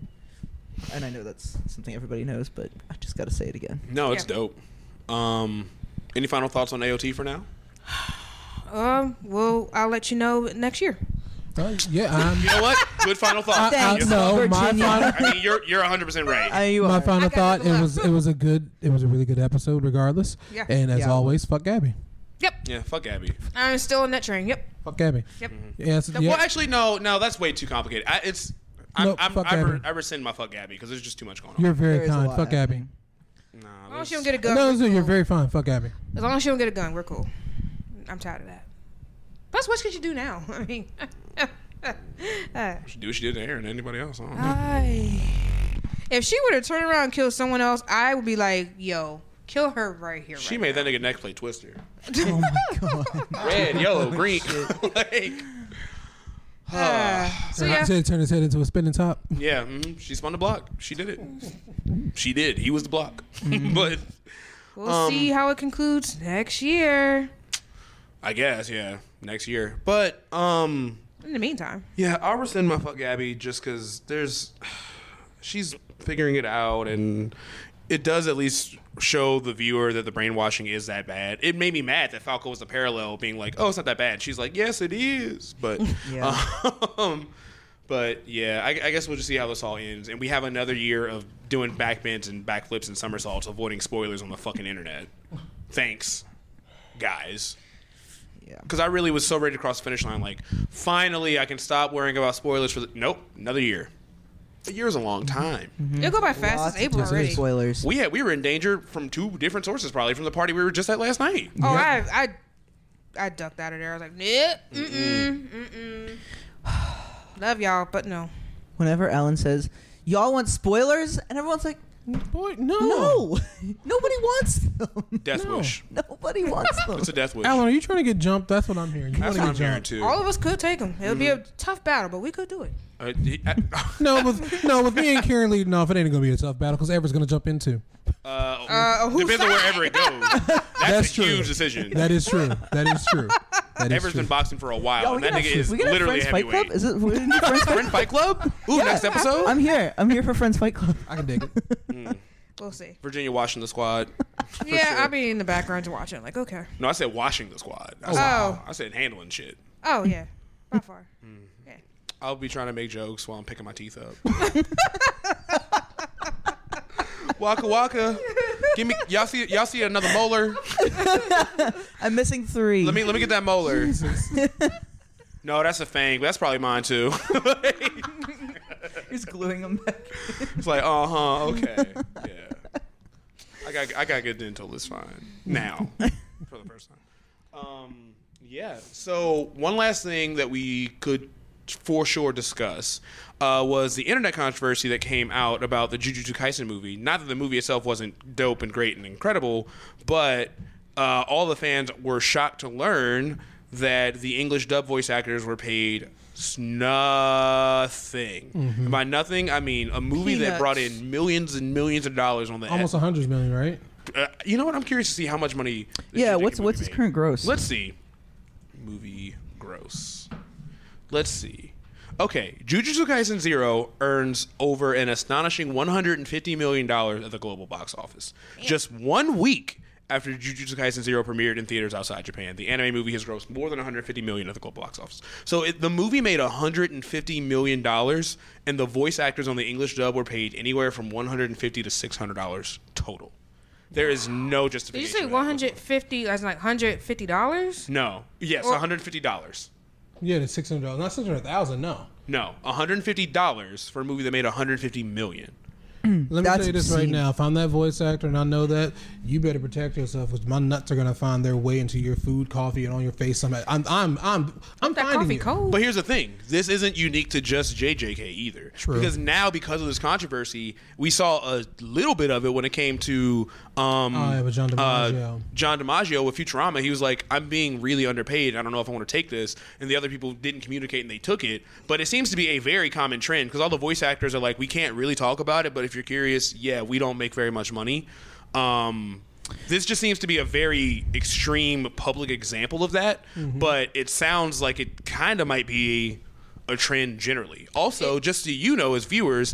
B: And I know that's something everybody knows, but I just got to say it again.
C: No, it's
E: Yeah.
C: dope. Um any final thoughts on AOT for now?
E: um, well, I'll let you know next year.
D: Uh, yeah, I'm.
C: You know what? Good final thoughts.
D: I- I-
B: Thanks,
D: no, my
B: Virginia.
D: final,
C: I mean you're you're hundred percent right.
B: I, you
D: my
B: are.
D: final
E: I got
D: thought.
E: nothing
D: It was
E: left.
D: it was a good. It was a really good episode, regardless.
E: Yeah.
D: And as
B: Yeah.
D: always, fuck Gabby.
C: yeah, fuck Abby.
E: I'm still on that train. Yep.
D: Fuck Gabby.
E: Yep.
D: Yeah, it's- yeah.
C: Well, actually, no, no, that's way too complicated. I, it's I'm,
D: Nope,
C: I'm,
D: fuck
C: I, re-
D: Abby.
C: I rescind my fuck Gabby because there's just too much going on.
D: you're
B: There
D: very
B: is a
D: kind.
B: lot
D: Fuck Gabby.
B: happening.
C: Nah,
E: As long as
C: there's-
E: Oh, she don't get a gun.
D: No,
E: we're
D: so you're
E: cool.
D: very fine. Fuck Gabby.
E: As long as she don't get a gun, we're cool. I'm tired of that. Plus, what can she do now? I mean, uh,
C: She do what she did to Aaron and anybody else. I don't know.
E: Oh. I- if she would have turned around and killed someone else, I would be like, yo, kill her right here.
C: she
E: right
C: made that nigga neck play Twister.
B: Oh my god.
C: Red, yellow, green. like,
E: Uh, so yeah,
D: Should have turned his head into a spinning top.
C: yeah, mhm, she spun the block. She did it. She did. He was the block. but
E: we'll
B: Um,
E: see how it concludes next year.
C: I guess, yeah, next year. But um,
E: In the meantime,
B: Mm-hmm.
C: yeah, I'll rescind my fuck Abby just because there's she's figuring it out and it does at least show the viewer that the brainwashing is that bad. It made me mad that Falco was the parallel being like, "Oh, it's not that bad." She's like, "Yes, it is." But
B: Yeah.
C: um but yeah, I, I guess we'll just see how this all ends and we have another year of doing backbends and backflips and somersaults avoiding spoilers on the fucking internet. Thanks, guys.
B: Yeah.
C: Because I really was so ready to cross the finish line. Like, finally, I can stop worrying about spoilers for the. Nope, another year. A year's a long time.
E: it'll go by fast.
B: Lots
E: it's
B: of
E: April
B: different
E: already. Oh,
B: Spoilers.
C: We had we were in danger from two different sources, probably from the party we were just at last night.
E: Oh, I, I, I ducked out of there. I was like, nope, mm-mm, mm-mm. Love y'all, but no.
B: Whenever Alan says, "Y'all want spoilers," and everyone's like,
D: Boy, no.
B: "No, nobody wants them.
C: Death
D: No.
C: wish.
B: Nobody wants them."
C: It's a death wish.
D: Alan, are you trying to get jumped? That's what I'm hearing. You
C: That's what
D: wanna
C: I'm
D: get
C: hearing
D: jumped.
C: too.
E: All of us could take them. It would be
B: Mm-hmm.
E: a tough battle, but we could do it.
C: Uh, he- I-
D: No, with no, with me and Karen leading off, it ain't gonna be a tough battle because Everett's gonna jump into.
C: uh,
E: whose
C: depends on wherever it goes. That's,
D: That's
C: a
D: true.
C: huge decision.
D: That is true. That is true. That is
C: Ever's
D: true.
C: been boxing for a while,
B: Y'all,
C: and that
B: gonna
C: nigga
B: have-
C: is
B: Oh, we gonna have
C: literally
B: Friends Fight Club?
C: heavyweight.
B: Is it we're gonna do Friends Fight
C: Friend Fight Club? Ooh, next episode.
B: I'm here. I'm here for Friends Fight Club.
D: I can dig it.
E: We'll see.
C: Virginia washing the squad.
E: yeah,
C: sure.
E: I'll be in the background to watch it. Like, okay.
C: No, I said washing the squad. I, said,
E: wow.
C: I said handling shit.
E: Oh yeah, by far.
B: Mm.
E: Yeah.
C: I'll be trying to make jokes while I'm picking my teeth up. waka waka. Give me y'all see y'all see another molar.
B: I'm missing three.
C: Let me let me get that molar. No, that's a fang. That's probably mine too.
B: He's gluing them back.
C: it's like, uh huh, okay, yeah. I got I got good dental. It's fine now for the first time. Um, yeah. So one last thing that we could for sure discuss uh, was the internet controversy that came out about the Jujutsu Kaisen movie. Not that the movie itself wasn't dope and great and incredible, but uh, all the fans were shocked to learn that the English dub voice actors were paid s- nothing. And by nothing, I mean a movie that
E: Peanuts.
C: brought in millions and millions of dollars on the
D: Almost a hundred million, right?
C: uh, you know what? I'm curious to see how much money. the
B: Yeah, what's
C: Jujutsu movie
B: what's his
C: made.
B: current gross?
C: Let's see. Movie gross. Let's see. Okay, Jujutsu Kaisen Zero earns over an astonishing 150 million dollars at the global box office. Just one week after Jujutsu Kaisen Zero premiered in theaters outside Japan, the anime movie has grossed more than 150 million at the global box office. So it, the movie made 150 million dollars, and the voice actors on the English dub were paid anywhere from 150 to 600 dollars total. There is no
E: Did you
C: justification.
E: say
C: for that.
E: one hundred fifty? As in, like hundred fifty dollars?
C: No. Yes,
E: Or-
C: $150.
D: Yeah, the six hundred dollars, not six hundred thousand. No.
C: No, $150 for a movie that made $150 million.
D: Let me
B: That's
D: tell you this right
B: obscene.
D: now. If I'm that voice actor and I know that, you better protect yourself because my nuts are gonna find their way into your food, coffee, and on your face. I'm I'm I'm I'm, I'm
E: That
D: finding
E: coffee
D: you.
E: cold.
C: But here's the thing this isn't unique to just JJK either.
D: True.
C: Because now, because of this controversy, we saw a little bit of it when it came to um,
D: Oh, yeah, but John DiMaggio.
C: Uh, John DiMaggio with Futurama. He was like, I'm being really underpaid. I don't know if I want to take this. And the other people didn't communicate and they took it. But it seems to be a very common trend because all the voice actors are like, we can't really talk about it. But if you're curious, yeah, we don't make very much money. Um, this just seems to be a very extreme public example of that.
D: Mm-hmm.
C: But it sounds like it kind of might be a trend generally. Also, just so you know, as viewers,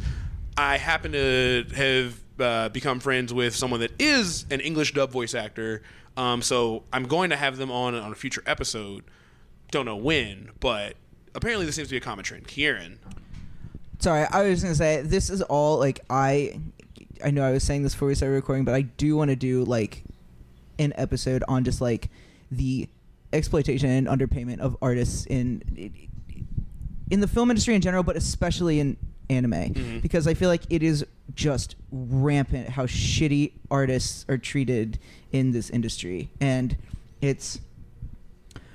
C: I happen to have uh, become friends with someone that is an English dub voice actor. Um, so I'm going to have them on on a future episode. Don't know when, but apparently this seems to be a common trend. Kieran,
B: Sorry, I was gonna say this is all like I. I know I was saying this before we started recording, but I do want to do like an episode on just like the exploitation and underpayment of artists in in the film industry in general, but especially in anime, because I feel like it is just rampant how shitty artists are treated in this industry, and it's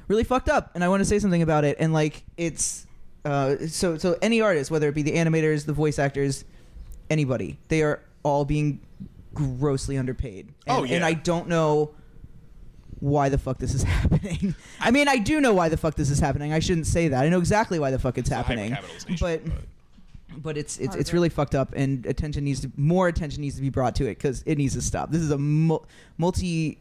B: really fucked up and i want to say something about it and like it's uh, so so any artist whether it be the animators the voice actors anybody they are all being grossly underpaid and,
C: Oh, yeah.
B: and i don't know why the fuck this is happening i mean i do know why the fuck this is happening i shouldn't say that i know exactly why the fuck it's happening
C: hypercapitalization,
B: but but it's it's, it's really fucked up and attention needs to more attention needs to be brought to it because it needs to stop this is a mul- multi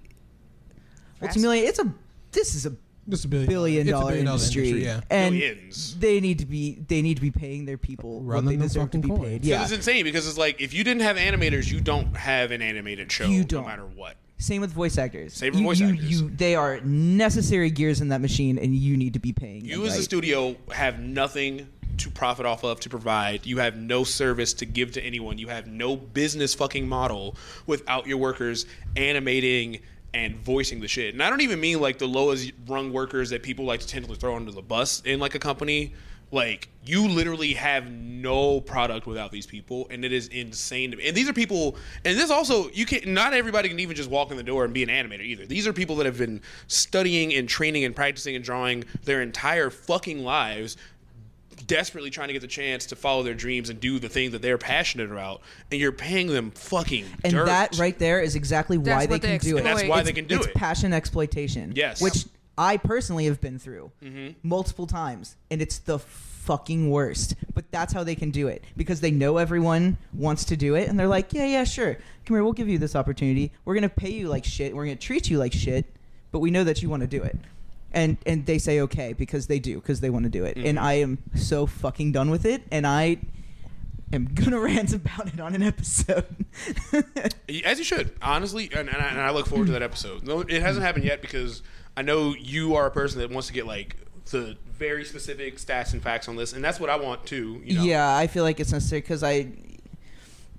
B: multi-million it's a this is a
D: This is a billion,
B: billion
D: it's a
B: dollar
D: billion dollar
B: industry,
D: Yeah.
B: and
C: Billions.
B: they need to be they need to be paying their people
D: Run
B: what they
D: them the
B: deserve to
D: fucking
B: be
D: coin.
B: paid.
D: So
B: Yeah,
C: It's insane because it's like if you didn't have animators, you don't have an animated show.
B: You don't.
C: no matter what.
B: same with voice actors.
C: Same with
B: You-
C: voice
B: you-
C: actors.
B: you- they are necessary gears in that machine, and you need to be paying.
C: You
B: them,
C: as a
B: right?
C: studio have nothing to profit off of to provide. You have no service to give to anyone. You have no business fucking model without your workers animating and voicing the shit. And I don't even mean like the lowest rung workers that people like to tend to throw under the bus in like a company. Like you literally have no product without these people, and it is insane to me. And these are people, and this also you can not everybody can even just walk in the door and be an animator either. These are people that have been studying and training and practicing and drawing their entire fucking lives desperately trying to get the chance to follow their dreams and do the thing that they're passionate about, and you're paying them fucking
B: And
C: dirt.
B: that right there is exactly why
E: That's
B: they
E: what
B: can
E: they
B: do it.
E: exploit. And
C: that's why
B: it's,
C: they can do
B: it's
C: it.
B: passion exploitation.
C: Yes.
B: Which I personally have been through multiple times, and it's the fucking worst. But that's how they can do it because they know everyone wants to do it, and they're like, yeah, yeah, sure. Come here, we'll give you this opportunity. We're gonna pay you like shit. We're gonna treat you like shit, but we know that you want to do it. And, and they say okay because they do because they want to do it and I am so fucking done with it and I am gonna rant about it on an episode.
C: As you should, honestly, and, and, I, and I look forward to that episode. No, it
B: Mm-hmm.
C: hasn't happened yet because I know you are a person that wants to get like the very specific stats and facts on this, and that's what I want too. You know?
B: Yeah, I feel like it's necessary because I,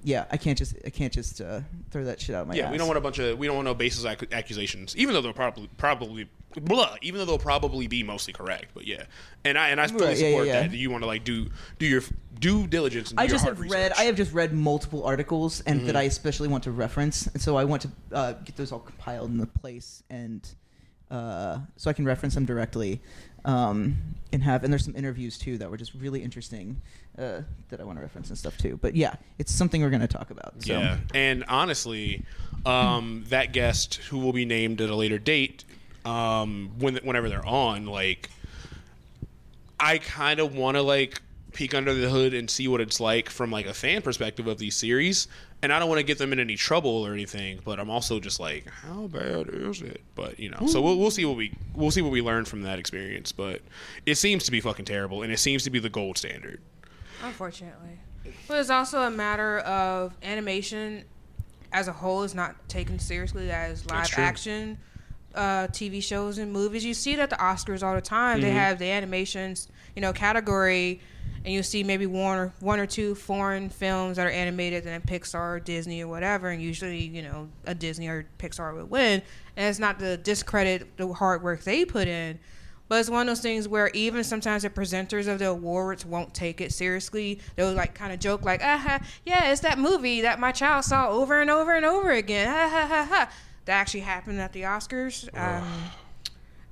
B: yeah, I can't just I can't just uh, throw that shit out my
C: yeah.
B: ass.
C: We don't want a bunch of we don't want no baseless ac- accusations, even though they'll probably probably blah, even though they'll probably be mostly correct. But yeah, and I and I fully
B: Right, yeah, yeah,
C: support
B: yeah.
C: that. You want to like do do your f- due diligence. And do
B: I
C: your
B: just
C: hard
B: have read.
C: research. Mm-hmm.
B: I have just read multiple articles, and that I especially want to reference, and so I want to uh, get those all compiled in the place, and uh, so I can reference them directly, um, and have. And there's some interviews too that were just really interesting uh, that I want to reference and stuff too. But yeah, it's something we're gonna talk about. So.
C: Yeah. And honestly, um, that guest who will be named at a later date, um, when whenever they're on, like, I kind of want to like peek under the hood and see what it's like from like a fan perspective of these series. And I don't want to get them in any trouble or anything, but I'm also just like, how bad is it? But you know, so we'll, we'll see what we we'll see what we learn from that experience. But it seems to be fucking terrible, and it seems to be the gold standard.
E: Unfortunately. But it's also a matter of animation as a whole is not taken seriously as live
C: true.
E: action uh, TV shows and movies. You see it at the Oscars all the time.
C: Mm-hmm.
E: They have the animations, you know, category, and you see maybe one or one or two foreign films that are animated, and then Pixar, or Disney, or whatever. And usually, you know, a Disney or Pixar would win. And it's not to discredit the hard work they put in, but it's one of those things where even sometimes the presenters of the awards won't take it seriously. They'll like kind of joke like, ah, ha, yeah, it's that movie that my child saw over and over and over again. Ha ha ha ha. That actually happened at the Oscars. Um,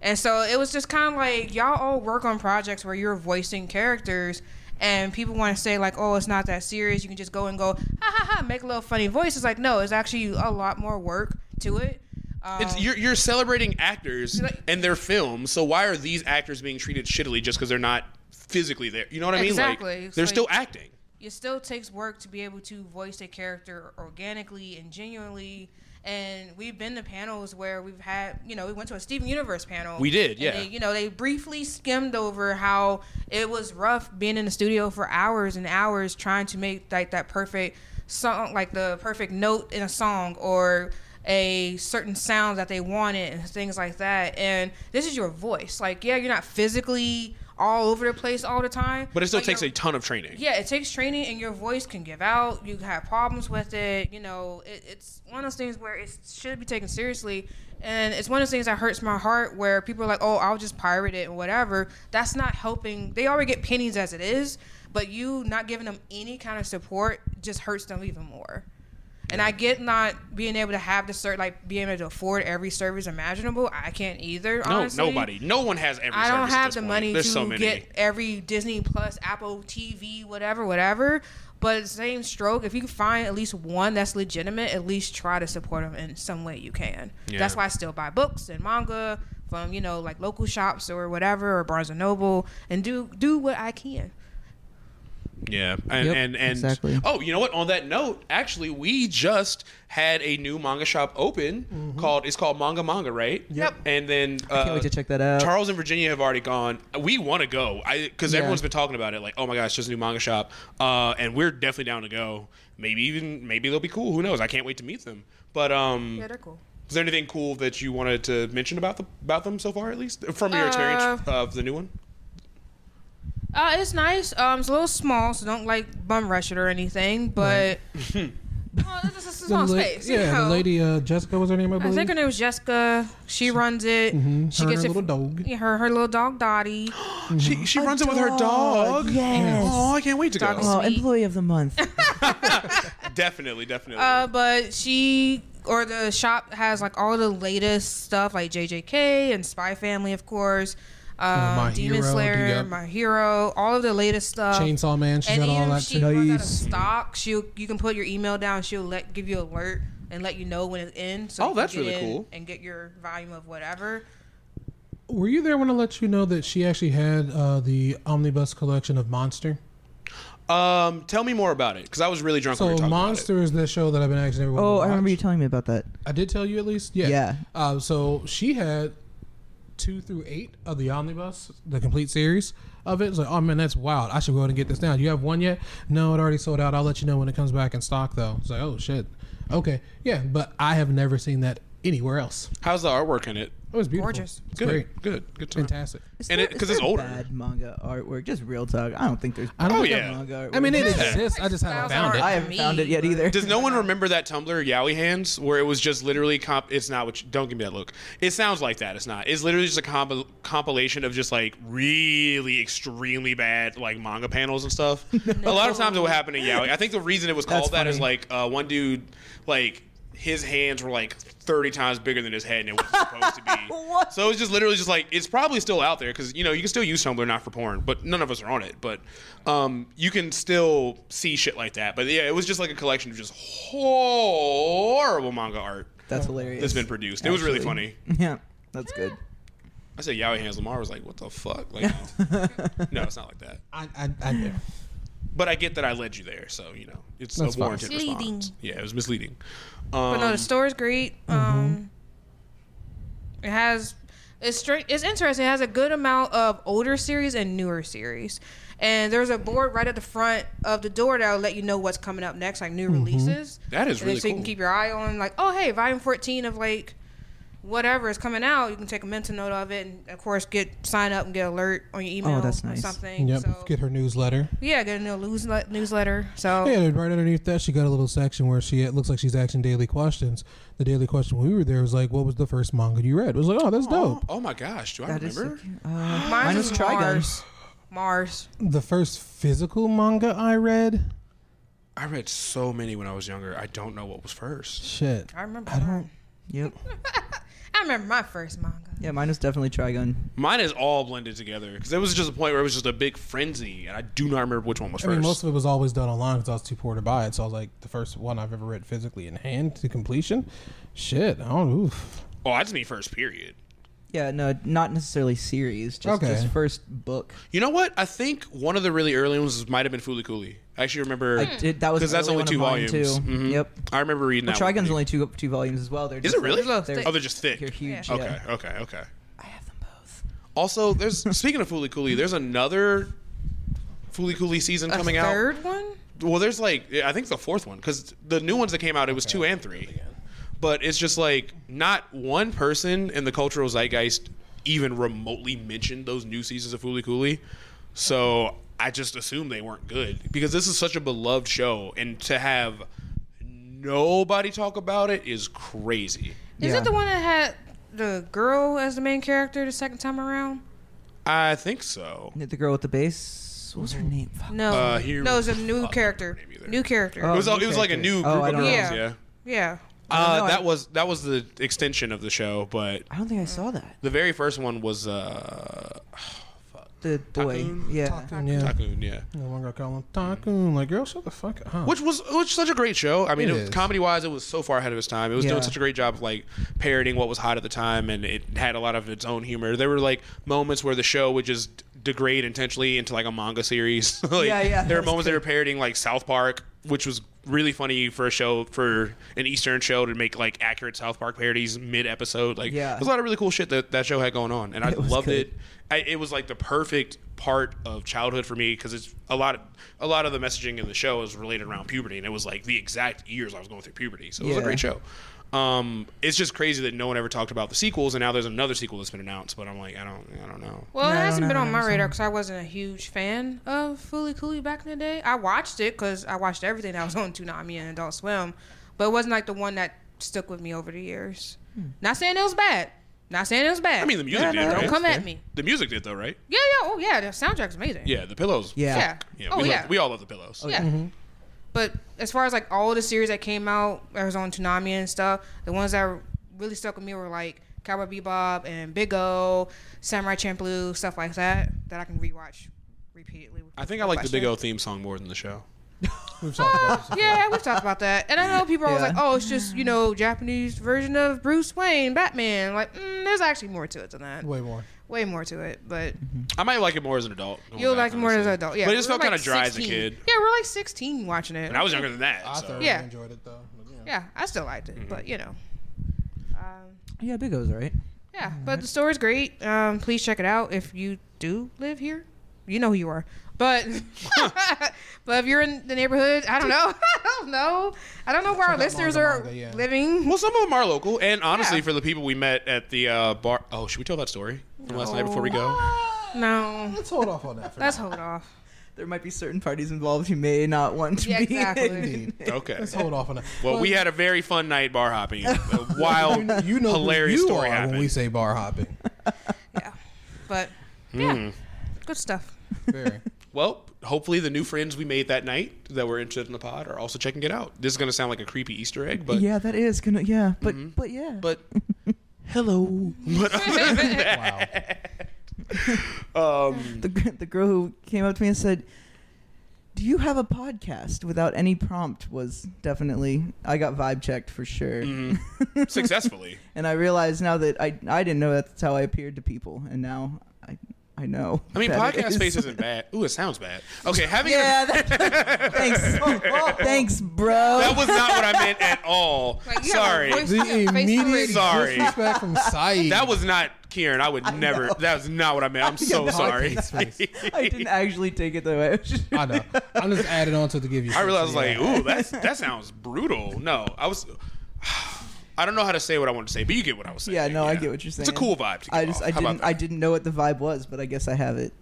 E: and so it was just kind of like y'all all work on projects where you're voicing characters, and people want to say like, "Oh, it's not that serious. You can just go and go, ha ha ha," make a little funny voice. It's like, no, it's actually a lot more work to it. Um,
C: It's, you're, you're celebrating actors
E: Like-
C: and their films, so why are these actors being treated shittily just because they're not physically there? You know what I mean?
E: Exactly.
C: Like,
E: It's
C: they're
E: like-
C: still acting.
E: it still takes work to be able to voice a character organically and genuinely. And we've been to panels where we've had, you know, we went to a Steven Universe panel.
C: We did,
E: And
C: yeah.
E: they, you know, they briefly skimmed over how it was rough being in the studio for hours and hours trying to make like that perfect song, like the perfect note in a song or a certain sound that they wanted and things like that. And this is your voice. Like, yeah, you're not physically all over the place all the time,
C: But it still
E: but
C: takes
E: your-
C: a ton of training.
E: yeah, it takes training, and your voice can give out. You have problems with it. You know, it, it's one of those things where it should be taken seriously, and it's one of those things that hurts my heart. Where people are like, "Oh, I'll just pirate it and whatever." That's not helping. They already get pennies as it is, but you not giving them any kind of support just hurts them even more. And I get not being able to have the cert, like being able to afford every service imaginable. I can't either.
C: No,
E: honestly.
C: nobody. No one has every
E: I don't
C: service at
E: have
C: this
E: the
C: point.
E: money
C: There's
E: to
C: so many.
E: get every Disney Plus, Apple TV, whatever, whatever. But at the same stroke, if you can find at least one that's legitimate, at least try to support them in some way you can.
C: Yeah.
E: That's why I still buy books and manga from you know like local shops or whatever or Barnes and Noble and do do what I can.
C: Yeah, and
B: Yep,
C: and, and
B: exactly.
C: oh, you know what? On that note, actually, we just had a new manga shop open called it's called Manga Manga, right?
E: Yep.
C: And then uh,
B: Mm-hmm. Can't wait to check that out.
C: Charles and Virginia have already gone. We want to go, I because
B: Yeah.
C: everyone's been talking about it. Like, oh my gosh, just a new manga shop, uh, and we're definitely down to go. Maybe even maybe they'll be cool. Who knows? I can't wait to meet them. But um,
E: Yeah, they're cool.
C: is there anything cool that you wanted to mention about the about them so far, at least from your experience
E: Uh,
C: of the new one?
E: Uh, it's nice. Um, it's a little small, so don't like bum rush it or anything. But Well, it's just a small
D: the la-
E: space.
D: yeah,
E: you know.
D: the lady uh, Jessica was her name, I
E: I
D: believe.
E: think her name was Jessica. She runs it. She
D: Mm-hmm. her
E: gets
D: and
E: it.
D: her little dog.
E: yeah, her her little dog Dottie.
D: Mm-hmm.
C: She she runs it with her dog.
B: Yes.
C: Oh, I can't wait to
E: Dog
C: go.
E: is-
B: Oh,
E: Sweet.
B: employee of the month.
C: Definitely, definitely.
E: Uh, but she or the shop has like all the latest stuff, like JJK and Spy Family, of course. Um,
D: Uh, My
E: Demon
D: Hero,
E: Slayer,
D: yep.
E: My Hero, all of the latest stuff.
D: Chainsaw Man. She's
E: Oh. and
D: got
E: even
D: all that
E: if she
D: shit.
E: runs out of
B: Nice.
E: stock, she will you can put your email down. She'll let give you alert and let you know when it's in. So
C: Oh,
E: you can
C: that's
E: get
C: really
E: in
C: cool.
E: And get your volume of whatever.
D: Were you there when I let you know that she actually had uh, the omnibus collection of Monster?
C: um, tell me more about it because I was really drunk. when we
D: So
C: were talking
D: Monster is that show that I've been asking everyone.
B: Oh,
D: to
B: I remember
D: watch.
B: you telling me about that.
D: I did tell you at least. Yeah.
B: Yeah.
D: Uh, so she had two through eight of the omnibus, the complete series of it. It's like, oh man, that's wild. I should go ahead and get this now. You have one yet? No, it already sold out. I'll let you know when it comes back in stock, though. It's like, oh shit. Okay. Yeah, but I have never seen that anywhere else.
C: About it. How's the artwork in it?
D: It was beautiful.
E: Gorgeous.
D: It's
C: Good,
D: great.
C: good, good. Time.
D: Fantastic.
C: And
B: there-
C: it- 'cause
B: there
C: it's older.
B: Bad manga artwork. Just real talk. I don't think there's.
D: I don't
C: Oh,
D: think
C: yeah.
D: I've-
B: Manga
D: I mean, it
B: artwork.
D: exists. I just haven't
E: Styles
D: found
E: are-
D: it.
B: I haven't
E: Me,
B: found it yet
E: but-
B: either.
C: Does no one remember that Tumblr Yowie Hands where it was just literally comp? It's not what. You, don't give me that look. It sounds like that. It's not. It's literally just a comp- compilation of just like really extremely bad like manga panels and stuff. A lot of times it would happen to Yowie. I think the reason it was called that is like uh, one dude like his hands were like. 30 times bigger than his head and it was supposed to be.
B: What?
C: So it was just literally just like it's probably still out there cuz you know, you can still use Tumblr not for porn, but none of us are on it, but um you can still see shit like that. But yeah, it was just like a collection of just horrible manga art
B: That's hilarious.
C: that's been produced. It was really
B: Actually.
C: funny.
B: Yeah, that's good.
C: I said Yowie Hands Lamar was like, "What the fuck?" Like no. no, it's not like that.
D: I, I, I do.
C: But I get that I led you there, so you know, it's
D: That's
C: a
D: fine.
C: warranted
E: Misleading.
C: response. Yeah, it was misleading.
E: But no,
C: Um,
E: the store is great. Um, It has it's straight. It's interesting. It has a good amount of older series and newer series. And there's a board right at the front of the door that'll let you know what's coming up next, like new releases.
C: That is
E: And then
C: really
E: so you can
C: cool.
E: keep your eye on, like, oh hey, volume 14 of like whatever is coming out. You can take a mental note of it, and of course get sign up and get alert on your email
B: that's
E: or
B: nice.
E: something.
D: Yep.
E: So,
D: Get her newsletter.
E: yeah, get a new newslet- newsletter. So
D: Yeah, and right underneath that, she got a little section where she it looks like she's asking daily questions. The daily question when we were there was like, "What was the first manga you read?" It was like, "Oh, that's
C: oh,
D: dope."
C: oh my gosh, do I
B: That is.
C: remember?
B: so cute. Uh,
E: Mars
B: mine
E: is
B: was Trigun.
E: Mars. Mars.
D: The first physical manga I read.
C: I read so many when I was younger. I don't know what was first.
D: Shit,
E: I remember.
D: I
E: mine.
D: don't.
B: Yep.
E: I remember my first manga.
B: Yeah, mine was definitely Trigun.
C: Mine is all blended together because there was just a point where it was just a big frenzy, and I do not remember which one was
D: I
C: first.
D: mean, most of it was always done online because I was too poor to buy it. So I was like, the first one I've ever read physically in hand to completion. Shit, I don't. Oof.
C: oh, I just mean first period.
B: Yeah, no, not necessarily series. Just,
D: Okay.
B: just first book.
C: You know what? I think one of the really early ones might have been Fooly Cooly. I actually remember
B: I did, that was
C: because that's
B: early
C: only
B: on
C: two
B: in mine,
C: volumes.
B: Too.
C: Mhm.
B: Yep.
C: I remember reading
B: Well,
C: that. one.
B: Trigun's only two two volumes as well. They're
C: Is
B: just
C: it really?
E: They're little
C: Oh, they're just thick.
B: They're huge.
E: Yeah.
C: Okay, okay, okay.
B: I have them both.
C: Also, there's speaking of Fooly Cooly, there's another Fooly Cooly season coming
E: a
C: out.
E: third one.
C: Well, there's like I think the fourth one because the new ones that came out it was two and three, but it's just like not one person in the cultural zeitgeist even remotely mentioned those new seasons of Foolie Cooley, so I just assumed they weren't good because this is such a beloved show and to have nobody talk about it is crazy.
E: Is
B: Yeah.
E: it the one that had the girl as the main character the second time around?
C: I think so.
B: The girl with the bass. What was her name? Fuck.
E: No,
C: Uh, here-
E: no, it's a new
C: fuck,
E: character.
C: I don't remember either.
E: New character.
C: It
B: Oh.
C: was it
B: new
C: was like a
B: characters.
C: new group
B: Oh, I
C: of
B: don't
C: girls.
B: know.
C: Yeah,
E: Yeah. yeah.
B: know.
C: Uh,
B: I-
C: that was that was the extension of the show, but
B: I don't think I saw that.
C: the very first one was uh,
B: The boy.
C: Tycoon?
B: Yeah.
D: Takun, yeah.
C: Tycoon, yeah.
B: Mm-hmm.
D: No longer call him Takun. Like, girl, shut the fuck up.
C: which was which such a great show. I mean,
D: It
C: it was
D: is.
C: comedy wise, it was so far ahead of its time. It was
B: Yeah.
C: doing such a great job of like parodying what was hot at the time, and it had a lot of its own humor. There were like moments where the show would just degrade intentionally into like a manga series. like,
B: Yeah, yeah,
C: There were
B: that's
C: moments they were parodying like South Park, which was really funny for a show for an Eastern show to make like accurate South Park parodies mid episode. Like,
B: Yeah.
C: there's a lot of really cool shit that that show had going on, and I
B: It was
C: loved
B: good.
C: it. I, it was like the perfect part of childhood for me because it's a lot of a lot of the messaging in the show is related around puberty, and it was like the exact years I was going through puberty. So it was
B: Yeah.
C: a great show. Um, it's just crazy that no one ever talked about the sequels, and now there's another sequel that's been announced. But I'm like, I don't, I don't know.
E: Well,
B: No,
E: it
B: I
E: hasn't
B: don't
E: been
B: know
E: on my
B: that,
E: radar because I wasn't a huge fan of Fully Cooley back in the day. I watched it because I watched everything that was on Toonami and Adult Swim, but it wasn't like the one that stuck with me over the years. Not saying it was bad. Not saying it was bad.
C: I mean, the music did,
E: Don't
C: right?
E: come at me.
C: The music did though, right?
E: Yeah, yeah. Oh, yeah. The soundtrack's amazing.
C: Yeah, the pillows.
B: Yeah.
E: Yeah.
C: yeah.
E: oh,
C: we,
E: yeah. Oh,
C: Love, we all love the pillows.
E: yeah. But as far as like all the series that came out, that was on Toonami and stuff, the ones that really stuck with me were like Cowboy Bebop and Big O, Samurai Champloo, stuff like that that I can rewatch repeatedly.
C: I think I like the Big
E: Question.
C: O theme song more than the show.
D: We've talked about this.
E: Oh, Yeah, we've talked about that, and I know people are always
B: Yeah.
E: like, "Oh, it's just you know Japanese version of Bruce Wayne, Batman." Like, mm, there's actually more to it than that.
D: Way more.
E: Way more to it, but
C: I might like it more as an adult. going
E: you'll
C: back,
E: like it more as
C: honestly.
E: an adult. Yeah,
C: but it just
E: we were
C: felt kind
E: like
C: of dry as a
E: 16.
C: kid.
E: Yeah, we're like 16 watching it.
C: And I was younger than
D: I
C: that. So.
D: thoroughly
E: Yeah.
D: enjoyed it though. but, yeah.
E: yeah, I still liked it,
D: Mm-hmm.
E: but you know. Um,
B: Yeah, Big O's right.
E: Yeah, but the store is great. Um, please check it out if you do live here. You know who you are, but but if you're in the neighborhood, I don't know. I don't know. I don't know where our
D: out
E: listeners
D: Manga
E: are
D: Manga, yeah.
E: living.
C: Well, some of them are local, and honestly,
E: Yeah.
C: for the people we met at the uh, bar. Oh, should we tell that story from last night before we go?
E: No,
D: Let's hold off on that for
E: let's
D: now.
E: hold off.
B: There might be certain parties involved who may not want to
E: Yeah,
B: be.
E: exactly.
B: in-
C: Okay.
D: Let's hold off on that.
C: Well, we had a very fun night bar hopping. A wild,
D: you know who
C: hilarious
D: you
C: story
D: are
C: happened.
D: when we say bar hopping.
E: Yeah, but yeah,
D: Hmm.
E: good stuff.
D: Very.
C: Well, hopefully the new friends we made that night that were interested in the pod are also checking it out. This is going to sound like a creepy Easter egg, but Mm-hmm.
B: yeah, that is gonna. Yeah, but but yeah.
C: but hello. But other than that,
D: Wow.
C: um,
B: the gr- the girl who came up to me and said, "Do you have a podcast?" Without any prompt, was definitely I got vibe checked for sure,
C: Mm-hmm. successfully.
B: and I realized now that I I didn't know that's how I appeared to people, and now I I know.
C: I mean,
B: that it
C: podcast
B: is.
C: space isn't bad. Ooh, it sounds bad. Okay, having an
B: Yeah. That, thanks. thanks, bro.
C: that was not what I meant at all.
E: Like, you have a
C: Sorry.
E: voice-
D: The immediate
C: Sorry.
D: disrespect from Saeed.
C: That was not Kieran. I would never. That was not what I meant. I'm so
D: know.
C: sorry.
D: It's nice.
B: I didn't actually take it that way. It was just-
D: I know. I'm just adding on to it to give you.
C: I realized, like,
D: shit, so
C: ooh, that's that sounds brutal. No, I was. I don't know how to say what I want to say, but you get what I was saying.
B: Yeah, no, I get what you're saying.
C: It's a cool vibe. To
B: I
C: give
B: just
C: off.
B: I
C: How about
B: didn't I didn't know what the vibe was, but I guess I have it.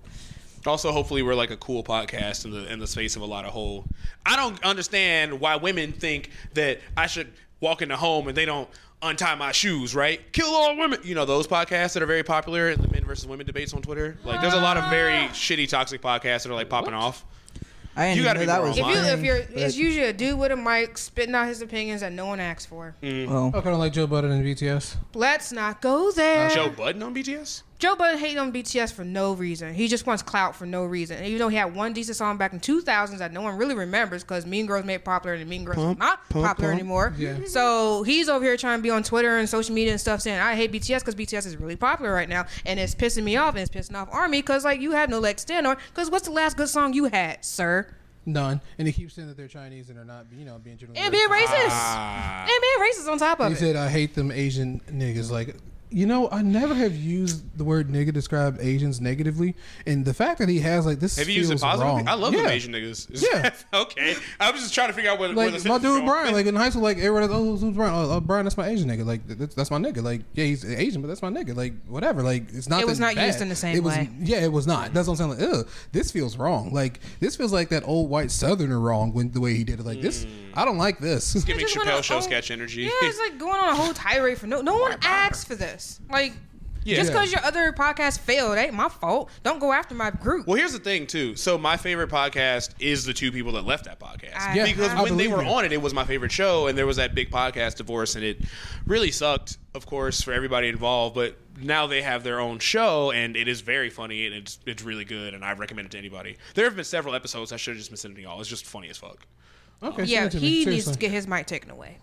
C: Also, hopefully, we're like a cool podcast in the in the space of a lot of whole. I don't understand why women think that I should walk into home and they don't untie my shoes. Right? Kill all women. You know those podcasts that are very popular, in the men versus women debates on Twitter. Like, there's a lot of very shitty, toxic podcasts that are like popping off.
B: I didn't
C: You
B: even
C: gotta
B: know
C: be
B: that
C: more
B: was.
E: If you
C: online.
E: if you're,
B: but-
E: it's usually a dude with a mic spitting out his opinions that no one asks for.
B: well,
D: yeah. Oh, kind of like Joe Budden and BTS.
E: Let's not go there.
C: Joe Budden on BTS.
E: Joe Budden hated on BTS for no reason. He just wants clout for no reason. And even though he had one decent song back in 2000s that no one really remembers because Mean Girls made it popular and Mean Girls are not popular anymore. So he's over here trying to be on Twitter and social media and stuff saying, I hate BTS because BTS is really popular right now. And it's pissing me off and it's pissing off Army because, like, you have no leg to stand on. Because what's the last good song you had, sir?
D: None. And he keeps saying that they're Chinese and they're not, you know, being generally.
E: And being racist.
C: Ah.
E: and being racist on top of
D: He
E: it.
D: said, "I hate them Asian niggas." Like, you know, I never have used the word "nigga" to describe Asians negatively, and the fact that he has like this
C: Have you used it
D: feels
C: positively?
D: wrong.
C: I love
D: yeah.
C: them Asian niggas.
D: Yeah.
C: okay. I was just trying to figure out where, where
D: Like
C: this
D: my
C: is
D: dude
C: from.
D: Brian, like in high school, like everyone, oh, who's Brian? Oh, oh, Brian, that's my Asian nigga. Like th- that's, that's my nigga. Like yeah, he's Asian, but that's my nigga. Like whatever. Like it's not.
E: It was
D: that
E: not
D: bad.
E: used in the same
D: it was,
E: way.
D: Yeah, it was not. That's what I'm saying. Like, Ugh, this feels wrong. Like this feels like that old white Southerner wrong when the way he did it. Like this, I don't like this.
C: Mm. Give me
E: just
C: Chappelle
E: wanna
C: show
E: own-
C: sketch energy.
E: Yeah, it's like going on a whole tirade for no. No one asks for this. Like, just
D: Yeah.
E: because your other podcast failed, ain't my fault. Don't go after my group.
C: Well, here's the thing too. So my favorite podcast is the two people that left that podcast
E: I- Yeah,
C: because
E: I
C: when they
D: believe
C: were
D: you.
C: on it, it was my favorite show, and there was that big podcast divorce, and it really sucked, of course, for everybody involved. But now they have their own show, and it is very funny, and it's it's really good, and I recommend it to anybody. There have been several episodes I should have just been sending y'all. It's just funny as fuck.
D: Okay,
E: yeah,
D: send it to me.
E: he needs
D: Seriously.
E: to get his mic taken away.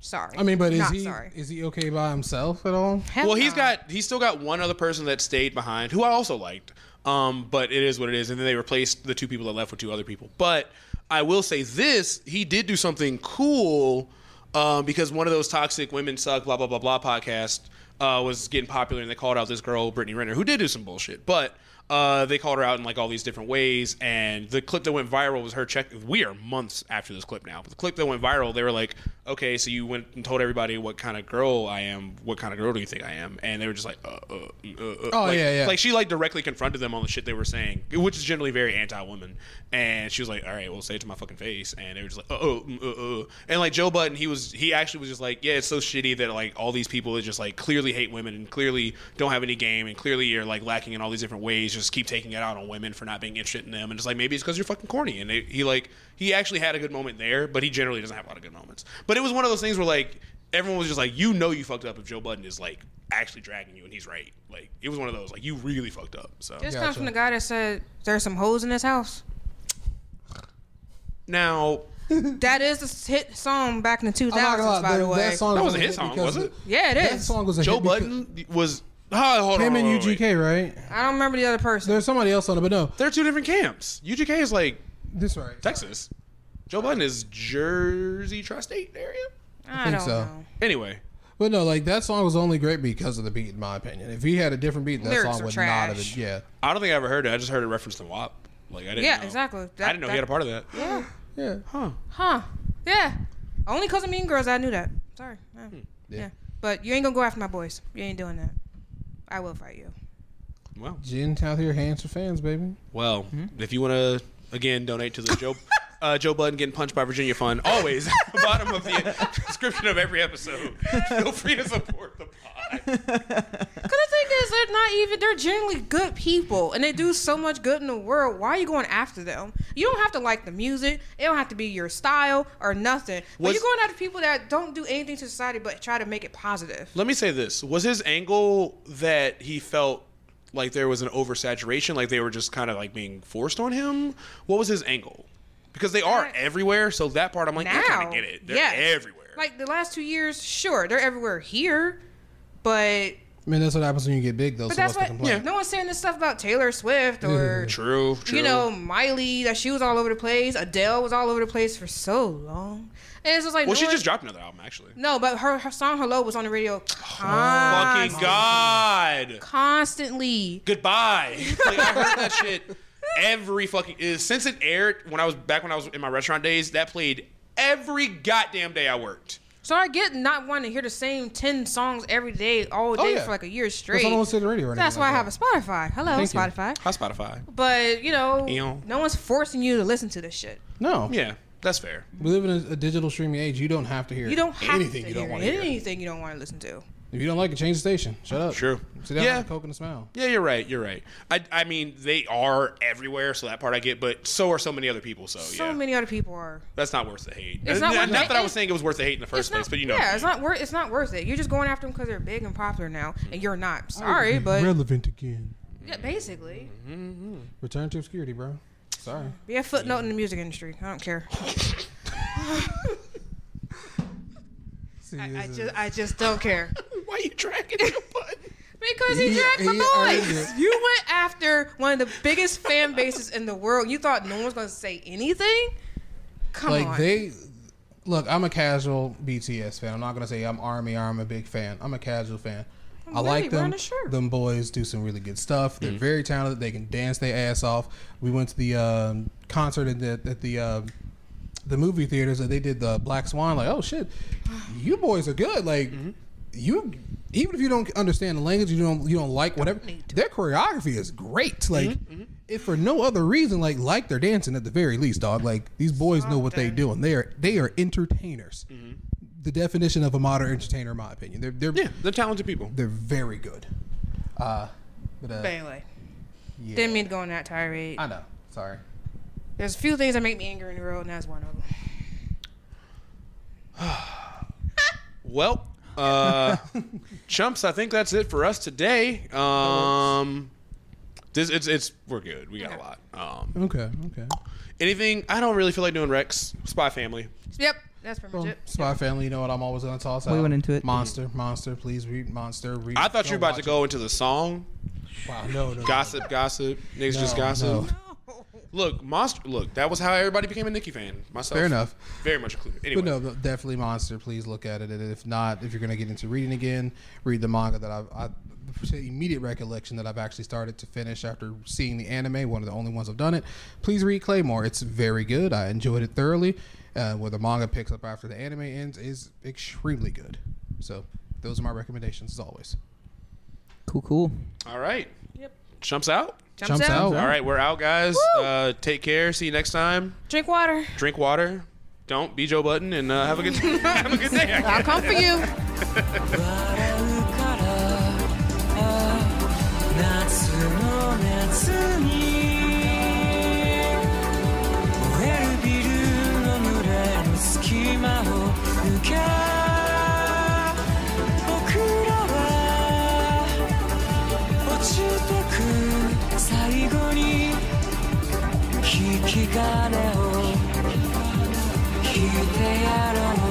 E: Sorry.
D: I mean, but is
E: Not
D: he
E: sorry.
D: is he okay by himself at all?
E: Hell
C: well, he's
E: no.
C: got he's still got one other person that stayed behind, who I also liked. Um, but it is what it is, and then they replaced the two people that left with two other people. But I will say this: he did do something cool um, because one of those toxic women suck blah blah blah blah podcast uh, was getting popular, and they called out this girl Brittany Renner, who did do some bullshit, but. Uh, they called her out in like all these different ways, and the clip that went viral was her check. We are months after this clip now, but the clip that went viral, they were like, "Okay, so you went and told everybody what kind of girl I am. What kind of girl do you think I am?" And they were just like, "Uh, uh, mm, uh, uh.
D: Oh,
C: like,
D: yeah, yeah.
C: Like she like directly confronted them on the shit they were saying, which is generally very anti-women. And she was like, "All right, well, say it to my fucking face." And they were just like, "Uh oh, mm, uh, uh." And like Joe Button, he was he actually was just like, "Yeah, it's so shitty that like all these people that just like clearly hate women and clearly don't have any game and clearly you're like lacking in all these different ways. Just keep taking it out on women for not being interested in them." And it's like maybe it's because you're fucking corny. And they, he like he actually had a good moment there, but he generally doesn't have a lot of good moments. But it was one of those things where like everyone was just like, you know, you fucked up if Joe Budden is like actually dragging you, and he's right. Like it was one of those like you really fucked up. So
E: This
D: Gotcha.
E: comes from the guy that said there's some hoes in this house.
C: now
E: That is the hit song back in the
D: I'm not
E: 2000s,
D: gonna lie,
E: by the
D: Oh that-
E: way.
D: That, song
C: That
D: was
C: wasn't
D: a
C: his
D: hit
C: song,
D: because
C: was it?
E: Yeah, it
D: That
E: is.
D: song was a
C: Joe
D: hit because-
C: Budden was ah, hold on,
D: Him and
C: hold on, wait, wait.
D: UGK, right?
E: I don't remember the other person.
D: There's somebody else on it, but no,
C: They're two different camps. UGK is like
D: this right.
C: Texas. Joe Budden is Jersey tri-state area.
E: I,
D: think
E: don't
D: so.
E: know.
C: Anyway,
D: But no, like that song was only great because of the beat, in my opinion. If he had a different beat, that
E: Lyrics
D: song
E: are
D: would not have been.
E: trash.
D: Yeah,
C: I don't think I ever heard it. I just heard it referenced in WAP. Like I didn't.
E: Yeah,
C: know.
E: exactly.
C: I
E: That-
C: didn't know
E: that-
C: he had a part of that.
E: Yeah.
D: yeah.
C: Huh.
E: Huh. Yeah. Only because of Mean Girls I knew that. Sorry. Yeah.
C: Hmm.
D: Yeah.
E: Yeah. But you ain't gonna go after my boys. You ain't doing that. I will fight you.
C: Well,
D: Jen's out here hands for fans, baby.
C: well.
E: Hmm?
C: If you want to again donate to the Joe. Uh, Joe Budden getting punched by Virginia Fund. Always at the bottom of the description of every episode. Feel free to support the pod.
E: Cause the thing is, they're not even. They're generally good people, and they do so much good in the world. Why are you going after them? You don't have to like the music. It don't have to be your style or nothing. but
C: Was-
E: you're going after people that don't do anything to society, but try to make it positive.
C: Let me say this: Was his angle that he felt like there was an oversaturation, like they were just kind of like being forced on him? What was his angle? Because they are
E: Right.
C: everywhere, so that part I'm like, I kind
E: Uh, now.
C: of get it. They're
E: yes.
C: everywhere.
E: Like the last two years, sure, they're everywhere here, but
D: I mean, that's what happens when you get big, though.
E: but
D: so
E: that's
D: what's the
E: what
D: complaint?
E: no one's saying this stuff about Taylor Swift or
D: Mm-hmm.
C: true, true.
E: you know Miley that she was all over the place. Adele was all over the place for so long, and it's just like
C: well,
E: no
C: she
E: one-
C: just dropped another album, actually.
E: No, but her, her song "Hello" was on the radio
C: Fucking
E: constantly.
C: god!
E: constantly.
C: Goodbye. like, I heard that shit every fucking is- since it aired when I was back when I was in my restaurant days. That played every goddamn day I worked.
E: So I get not wanting to hear the same ten songs every day, all day
D: yeah.
E: for like a year
D: That's
E: straight.
D: why I don't listen to the radio. Or
E: That's
D: anything
E: why I
D: like
E: have a Spotify. Hello,
D: Thank you.
E: Spotify.
C: Hi, Spotify.
E: But you know,
C: Ew.
E: no one's forcing you to listen to this shit.
D: that. No,
C: Yeah, that's fair.
D: we live in a, a digital streaming age. You don't have to hear
E: You don't have
D: anything
E: to
D: you don't
E: hear
D: want to hear. Oh,
E: anything you don't want to listen to.
D: If you don't like it, change the station. Shut up.
C: True.
D: Sit down,
C: Yeah.
D: have a coke and a smile.
C: Yeah, you're right. You're right. I, I mean, they are everywhere, so that part I get, but so are so many other people. So,
E: So
C: yeah,
E: many other people are.
C: that's not worth the hate.
E: It's not worth
C: that
E: it.
C: I was saying it was worth the hate in the first
E: It's
C: place,
E: not,
C: but you know,
E: yeah, it's not worth. It's not worth it. You're just going after them because they're big and popular now,
C: Mm-hmm.
E: and you're not. Sorry, but
D: relevant again.
E: yeah, basically,
D: Return to obscurity, bro. Sorry.
E: be a footnote in the music industry. I don't care.
D: See,
E: I,
D: this
E: I
D: is-
E: just, I just don't care.
C: why are you dragging your butt?
E: Because he
D: He-
E: dragged
D: he
E: my
D: earned
E: boys.
D: it.
E: You went after one of the biggest fan bases in the world. You thought no one was going to say anything? Come
D: like
E: on.
D: they look i'm a casual bts fan i'm not gonna say i'm army or i'm a big fan i'm a casual fan i
E: really
D: like them
E: wearing a shirt.
D: them boys do some really good stuff they're very talented they can dance their ass off we went to the um, concert at the, at the um the movie theaters that they did the black swan like oh shit you boys are good like you even if you don't understand the language you don't you don't like whatever their choreography is great like if for no other reason like like they're dancing at the very least dog like these boys know what they do and they are they are entertainers the definition of a modern entertainer in my opinion they're they're
C: Yeah, they're talented people.
D: they're very good uh but uh
E: But anyway,
D: yeah.
E: didn't mean to go on that tirade.
D: i know sorry
E: There's a few things that make me angry in the world, and that's one of them.
C: Well, uh, chumps, I think that's it for us today. Um, this it's it's we're good. We got a lot. Um,
D: okay okay
C: anything? I don't really feel like doing Rex Spy Family.
E: Yep, that's pretty much
D: Well,
E: it.
D: Spy Family, you know what I'm always gonna toss out.
B: We went into it.
D: Monster, monster, please read monster. Read.
C: I thought you were
D: Don't
C: about to
D: watch
C: go into the song
D: it. Wow, no, no, no.
C: gossip, gossip. Niggas
D: No,
C: just gossip.
D: no.
C: Look, monster. Look, that was how everybody became a Nicki fan. Myself,
D: Fair enough.
C: Very much included. Anyway,
D: But no, but definitely Monster. Please look at it. And if not, if you're going to get into reading again, read the manga that I've, I, the immediate recollection that I've actually started to finish after seeing the anime, one of the only ones I've done it. Please read Claymore. It's very good. I enjoyed it thoroughly. Uh, where the manga picks up after the anime ends is extremely good. So those are my recommendations as always.
B: Cool, cool.
C: all right.
E: Yep.
C: Jumps out.
E: Jumps,
D: Jumps
E: out.
D: out.
C: All right, we're out, guys. Uh, take care. See you next time.
E: Drink water.
C: Drink water. Don't be Joe Button, and uh, have a good have a good day. I guess.
E: I'll come for you.
A: 笑うからあ夏の熱に燃えるビルの群れの隙間を抜け僕らは落ちてく最後に引き金を引いてやろう